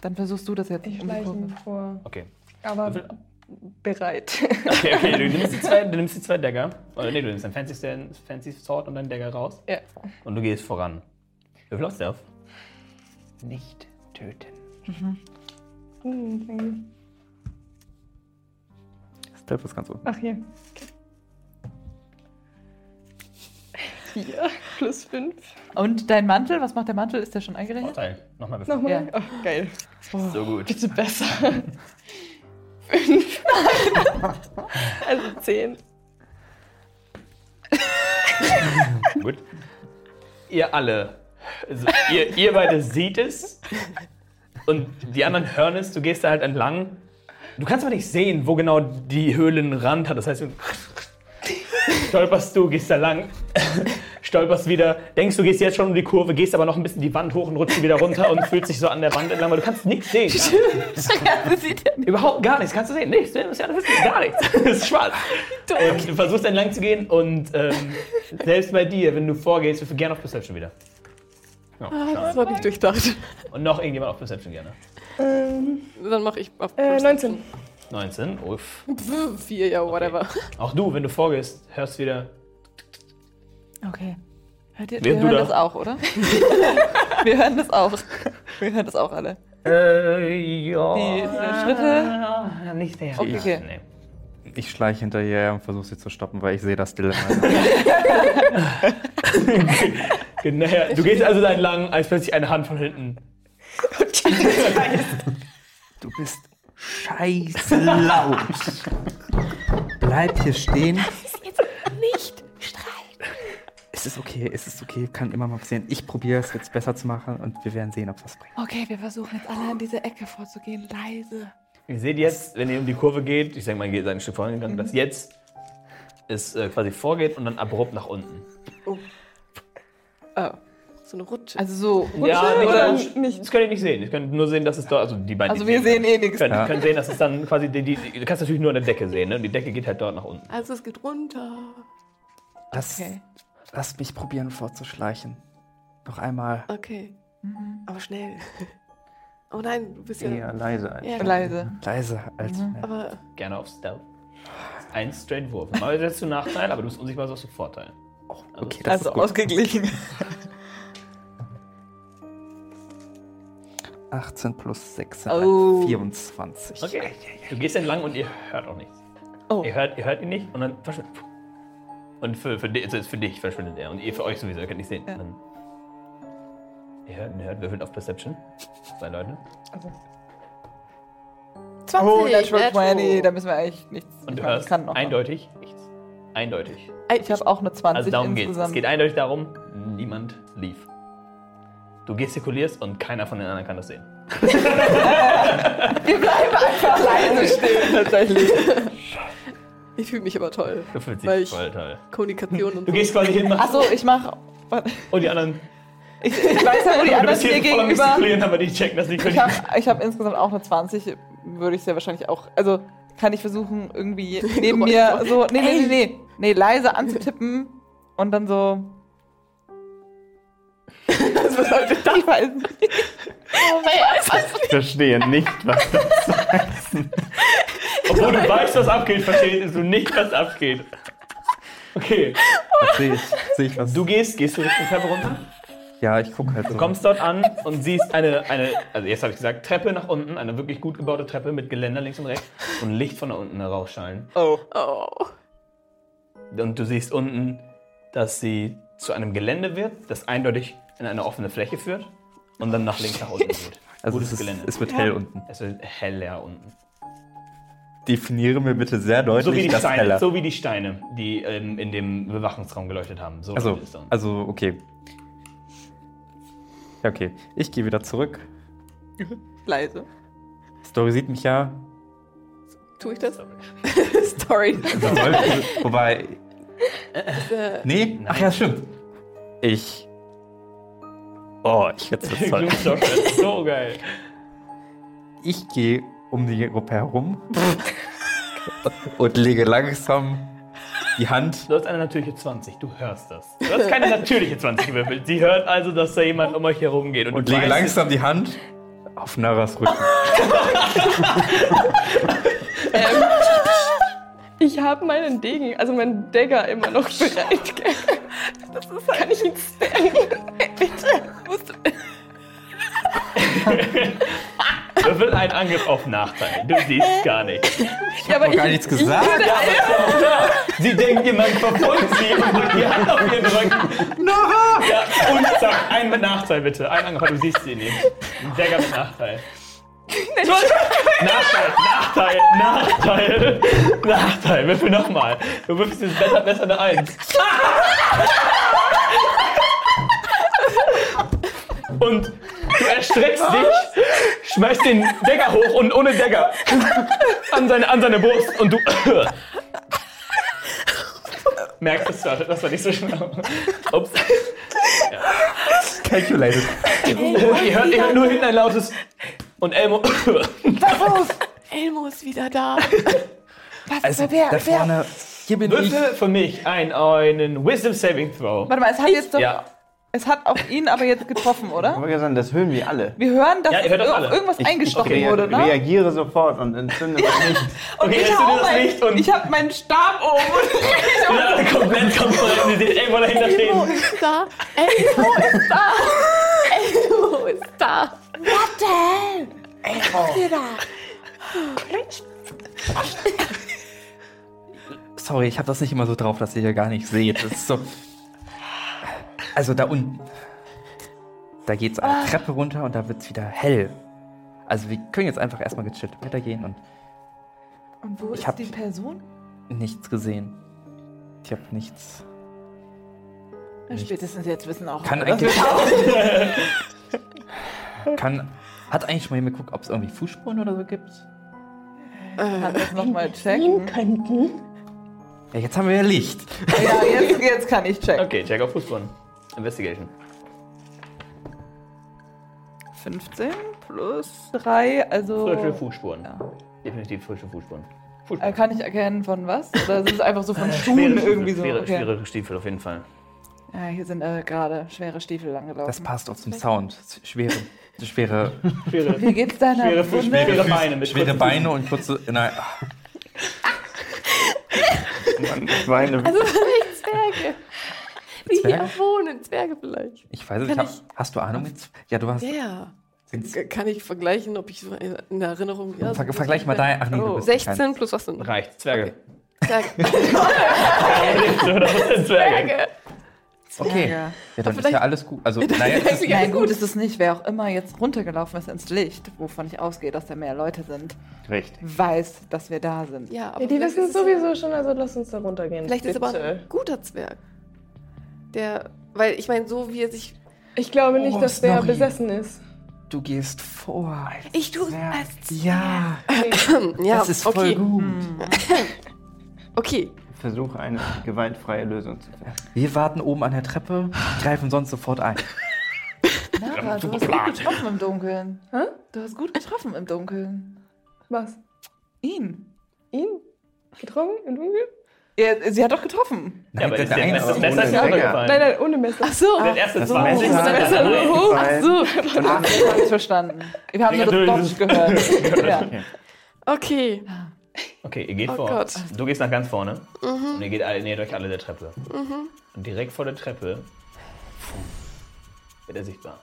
Dann versuchst du das jetzt.
Ich
um die
schleiche
Kurve.
mir vor.
Okay.
Aber
Würfel-
bereit.
Okay, okay, du nimmst die zwei, du nimmst die zwei Dagger. Oder nee, du nimmst dein Fancy, Stand- Fancy Sword und deinen Dagger raus.
Ja.
Und du gehst voran. Würfel auf Stealth.
Nicht töten.
Hm,
Stealth ist ganz unten.
Ach hier. Vier plus fünf.
Und dein Mantel, was macht der Mantel? Ist der schon eingerechnet?
Vorteil. Nochmal Würfel.
Nochmal.
Ja.
Oh, geil.
So gut.
Bitte besser. Fünf. also zehn.
Gut. Ihr alle, also ihr, ihr beide seht es und die anderen hören es. Du gehst da halt entlang. Du kannst aber nicht sehen, wo genau die Höhlenrand hat. Das heißt, du stolperst du, gehst da lang, stolperst wieder, denkst, du gehst jetzt schon um die Kurve, gehst aber noch ein bisschen die Wand hoch und rutscht wieder runter und fühlst dich so an der Wand entlang, weil du kannst nichts sehen. Überhaupt gar nichts, kannst du sehen. Nichts, das ist ja das ist gar nichts. Das ist schwarz. Und du versuchst entlang zu gehen und ähm, selbst bei dir, wenn du vorgehst, wir gerne auf Perception wieder. Ja,
Das
schade.
war nicht durchdacht.
und noch irgendjemand auf Perception gerne.
Ähm,
Dann mache ich auf
äh, 19.
19, uff.
Pff, Vier, ja, whatever.
Auch du, wenn du vorgehst, hörst wieder.
Okay. Hört ihr,
Wer
wir
du
hören
da?
das auch, oder? wir hören das auch. Wir hören das auch alle.
Äh,
Die
ja.
Schritte.
Nicht der.
Okay, okay.
Nee.
Ich schleiche hinterher und versuche sie zu stoppen, weil ich sehe das Dilemma.
Genau, ja, du gehst also da entlang, als plötzlich eine Hand von hinten.
Du bist scheiße laut. Bleib hier stehen.
es ist okay, es ist okay, kann immer mal passieren. Ich probiere es jetzt besser zu machen und wir werden sehen, ob es was bringt.
Okay, wir versuchen jetzt alle an diese Ecke vorzugehen, leise.
Ihr seht jetzt, wenn ihr um die Kurve geht, ich denke mal, ihr seid ein Stück vorangegangen,
Mhm.
dass jetzt es äh, quasi vorgeht und dann abrupt nach unten.
So eine Rutsche.
Also so.
Ja, nicht,
oder?
ganz- das könnt ihr nicht sehen. Ihr könnt nur sehen, dass es da, also die beiden.
Also
die
wir sehen eh nichts.
Können,
Ja.
können sehen, dass es dann quasi, die, die, die, du kannst natürlich nur an der Decke sehen, ne? Und die Decke geht halt dort nach unten.
Also es geht runter.
Das,
Okay.
Lass mich probieren, vorzuschleichen. Noch einmal.
Okay. Aber schnell. Oh nein, du bist ja.
Eher leise ein.
Ja,
Leise.
Leise als.
aber
Gerne auf Stealth. Ein Straight-Wurf. Mal setzt du Nachteil, aber du bist unsichtbar, so hast du Vorteil. Also,
Okay, das
Also
ist gut.
ausgeglichen.
18 plus halt 6
Oh.
24.
Okay. Du gehst entlang und ihr hört auch nichts.
Oh.
Ihr hört, ihr hört ihn nicht und dann verschwindet. Und für, für, di- also für dich verschwindet er und ihr für euch sowieso, ihr könnt nicht sehen.
Ja.
Und Dann, ihr hört, ihr hört, würfelt auf Perception. Zwei Leute.
Oh, Natural
Natural.
20. Da müssen wir eigentlich nichts.
Und
ich
du
meine,
hörst
kann noch.
eindeutig nichts. Eindeutig.
Ich habe auch eine 20
Also darum geht es.
insgesamt.
Es geht eindeutig darum, niemand lief. Du gestikulierst und keiner von den anderen kann das sehen.
Wir bleiben einfach leise stehen tatsächlich.
ich fühle mich aber toll.
Du fühlst
Weil
dich
ich-
voll toll.
Kommunikation und
Du gehst quasi hin machst-
Achso, ich mache.
und die anderen.
Ich, ich weiß ja, wo die
du
anderen
bist
mir
hier voll am
gegenüber.
gestikulieren, aber die checken das nicht.
Ich habe ich hab insgesamt auch eine 20, würde ich sehr wahrscheinlich auch. Also kann ich versuchen, irgendwie neben mir so. Nee, nee, nee, nee. Nee, leise anzutippen und dann so. Was bedeutet das? Ich weiß nicht.
Ich verstehe nicht, was das
Obwohl du weißt, was abgeht, verstehst du nicht, was abgeht. Okay.
Das sehe ich, sehe ich was.
Du gehst, gehst du Richtung Treppe runter?
Ja, ich gucke halt so.
Du kommst dort an und siehst eine, eine also jetzt habe ich gesagt, Treppe nach unten, eine wirklich gut gebaute Treppe mit Geländer links und rechts und Licht von da unten herausschallen.
Oh.
Und du siehst unten, dass sie zu einem Gelände wird, das eindeutig in eine offene Fläche führt und dann nach links nach unten geht.
Also es,
Gutes
ist,
Gelände.
es wird hell unten.
Es wird heller unten.
Definiere mir bitte sehr deutlich
So wie, die
das heller.
Steine, so wie die Steine, die ähm, in dem Bewachungsraum geleuchtet haben. So
also,
steht es da unten.
also, okay. Ja, okay. Ich gehe wieder zurück.
Leise.
Story sieht mich ja.
Tue ich das? Story.
Also soll, wobei.
Äh,
Nee? Ach ja, stimmt. Ich. Oh, ich jetzt wird's toll.
Glückstock, das ist so geil.
Ich gehe um die Gruppe herum und lege langsam die Hand.
Du hast eine natürliche 20, du hörst das. Du hast keine natürliche 20 gewürfelt. Sie hört also, dass da jemand um euch herum geht. Und,
Und
du
lege
weißt,
langsam die Hand auf Naras Rücken.
Ich habe meinen Degen, also meinen Dagger immer noch bereit. gell? Das ist Kann ich ihn stacken?
Würfel einen Angriff auf Nachteil. Du siehst gar nichts.
Ja, aber
Hab gar nichts gesagt.
Sie denkt, jemand verfolgt sie und drückt die Hand auf ihren Rücken. Nora! Ja, und sag, einen mit Nachteil bitte. Einen Angriff, aber du siehst sie nicht. Der gab Nachteil. Nachteil, Nachteil, Nachteil, Nachteil. Würfel nochmal. Du würfelst jetzt besser, besser eine Eins. Und du erstreckst dich, schmeißt den Decker hoch und ohne Decker an seine, an seine Brust und du merkst, das war, das war nicht so schlau. Ups.
Calculated.
Ihr hört, ihr hört nur hinten ein lautes und Elmo
Elmo ist wieder da.
Also, da vorne. Hier bin ich.
würfel für mich ein, einen Wisdom Saving Throw.
Warte mal, es hat jetzt doch.
Ja.
Es hat auf ihn aber jetzt getroffen,
Ich
oder?
wollte sagen, das hören wir alle.
Wir hören, dass
Ja, ihr hört das
es auf
alle.
irgendwas eingestochen
rea-
wurde, ne?
reagiere sofort und entzünde das nicht.
Und
Okay,
ich
jetzt
hau
sind das
mein,
Licht und-
ich hab meinen Stab oben und
Ja, alle komplett komplett. Sie sehen irgendwo dahinter
Elmo
stehen.
ist da. Elmo ist da. Elmo ist da. What the hell?
Sorry, ich habe das nicht immer so drauf, dass ihr hier gar nicht seht. Das ist so. Also da unten. Da geht's
Ah.
eine Treppe runter und da wird's wieder hell. Also wir können jetzt einfach erstmal gechillt weitergehen und
Und wo
Ich ist hab- die
Person?
nichts gesehen. Ich habe nichts.
Spätestens jetzt wissen auch.
Kann eigentlich. kann. Hat eigentlich schon mal jemand geguckt, ob es irgendwie Fußspuren oder so gibt?
Kann das nochmal checken?
Ja, jetzt haben wir ja Licht.
Ja, jetzt, jetzt kann ich checken.
Okay, check auf Fußball. Investigation.
15 plus 3, also.
Frische Fußspuren.
Ja.
Definitiv frische Fußspuren.
Äh, Kann ich erkennen von was? Oder sind es einfach so von
Äh, Schwere
Schuhen
Stiefel,
irgendwie so?
Schwere,
Okay.
schwere Stiefel auf jeden Fall.
Ja, hier sind äh, gerade schwere Stiefel
Das
angelaufen.
passt auch zum Sound. Schwere. Schwere.
Wie geht's deiner
Schwere Fuß-
Wunde?
Schwere
Füße-
Beine mit
Schwere
kurzen
Beine und kurze. Nein.
Ich meine,
Also vielleicht Zwerge. Die
Zwerge?
hier auch wohnen. Zwerge vielleicht.
Ich weiß es
Kann
nicht.
ich-
hab- Hast du Ahnung jetzt? Ja, du hast.
Ja, ja.
Sind's-
K- Kann ich vergleichen, ob ich so in in der Erinnerung. Ja, so-
Ver vergleich mal dein. Ach nee, du
Oh,
bist
16 plus was denn?
Reicht. Zwerge.
Zwerge.
Oder was sind Zwerge?
Kein. Okay. Ja, dann ist ja
vielleicht-
alles gut. Also, naja, das ist,
Nein, gut ist es nicht. Wer auch immer jetzt runtergelaufen ist ins Licht, wovon ich ausgehe, dass da mehr Leute sind,
richtig.
weiß, dass wir da sind.
Ja, aber
Ja, die
vielleicht
wissen
ist es-
sowieso schon, also lass uns da runtergehen.
Vielleicht ist aber
bitte.
ein guter Zwerg. Der, weil ich meine, so wie er sich.
Ich glaube nicht,
Oh,
dass der
Snorri.
besessen ist.
du gehst vor.
Ich tue
Zwerg.
als
Ja,
Ja,
das ist voll
okay. Hm.
gut.
Okay.
Versuche eine gewaltfreie Lösung zu finden.
Wir warten oben an der Treppe, greifen sonst sofort ein.
Nara, du hast gut getroffen im Dunkeln. Hä? Du hast gut getroffen im Dunkeln.
Was?
Ihn.
Ihn? Getroffen? Im Dunkeln?
Ja, sie hat doch getroffen.
Ja, aber ist der
eine-
Messer,
ist
Messer ist
ohne
Nein,
runtergefallen.
nein, ohne Messer.
Ach so.
Das erste
Das
war
Messer ist
Messer. Nein.
Ach so.
Ah, ich hab's verstanden. Wir haben nur das Dodge gehört. Ja.
Okay.
Okay, ihr geht
Oh
vor.
Gott.
Du gehst nach ganz vorne.
Mhm.
Und ihr geht alle, nähert euch alle der Treppe.
Mhm.
Und direkt vor der Treppe wird er sichtbar.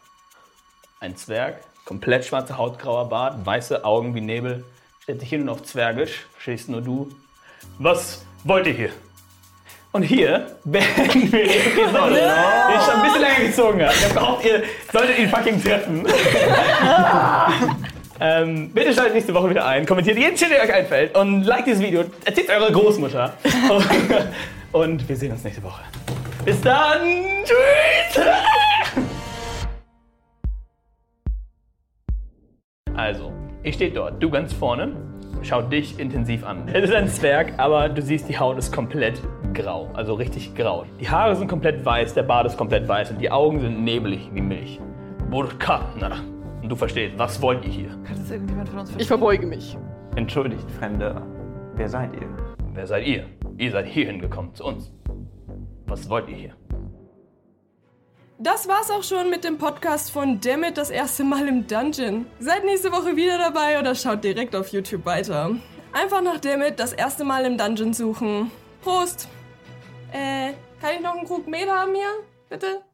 Ein Zwerg, komplett schwarze Haut, grauer Bart, weiße Augen wie Nebel, stellt sich hin und auf Zwergisch, verstehst nur du. Was wollt ihr hier? Und hier beenden wir die
Oh
Episode, die ich schon ein bisschen länger gezogen habe. Ich habe gehofft, ihr solltet ihn fucking treffen. ähm, bitte schaltet nächste Woche wieder ein, kommentiert jeden Shit, der euch einfällt und liked dieses Video, erzählt eure Großmutter. und wir sehen uns nächste Woche. Bis dann! Tschüss! Also, ich stehe dort, du ganz vorne, schau dich intensiv an. Es ist ein Zwerg, aber du siehst, die Haut ist komplett grau, also richtig grau. Die Haare sind komplett weiß, der Bart ist komplett weiß und die Augen sind nebelig wie Milch. Burkatner. Und du verstehst, was wollt ihr hier?
Kann das irgendjemand von uns
Ich verbeuge mich.
Entschuldigt, Fremde. Wer seid ihr?
Wer seid ihr? Ihr seid hierhin gekommen, zu uns. Was wollt ihr hier?
Das war's auch schon mit dem Podcast von Dammit das erste Mal im Dungeon. Seid nächste Woche wieder dabei oder schaut direkt auf YouTube weiter. Einfach nach Dammit das erste Mal im Dungeon suchen. Prost! Äh, kann ich noch einen Krug Mehl haben hier? Bitte?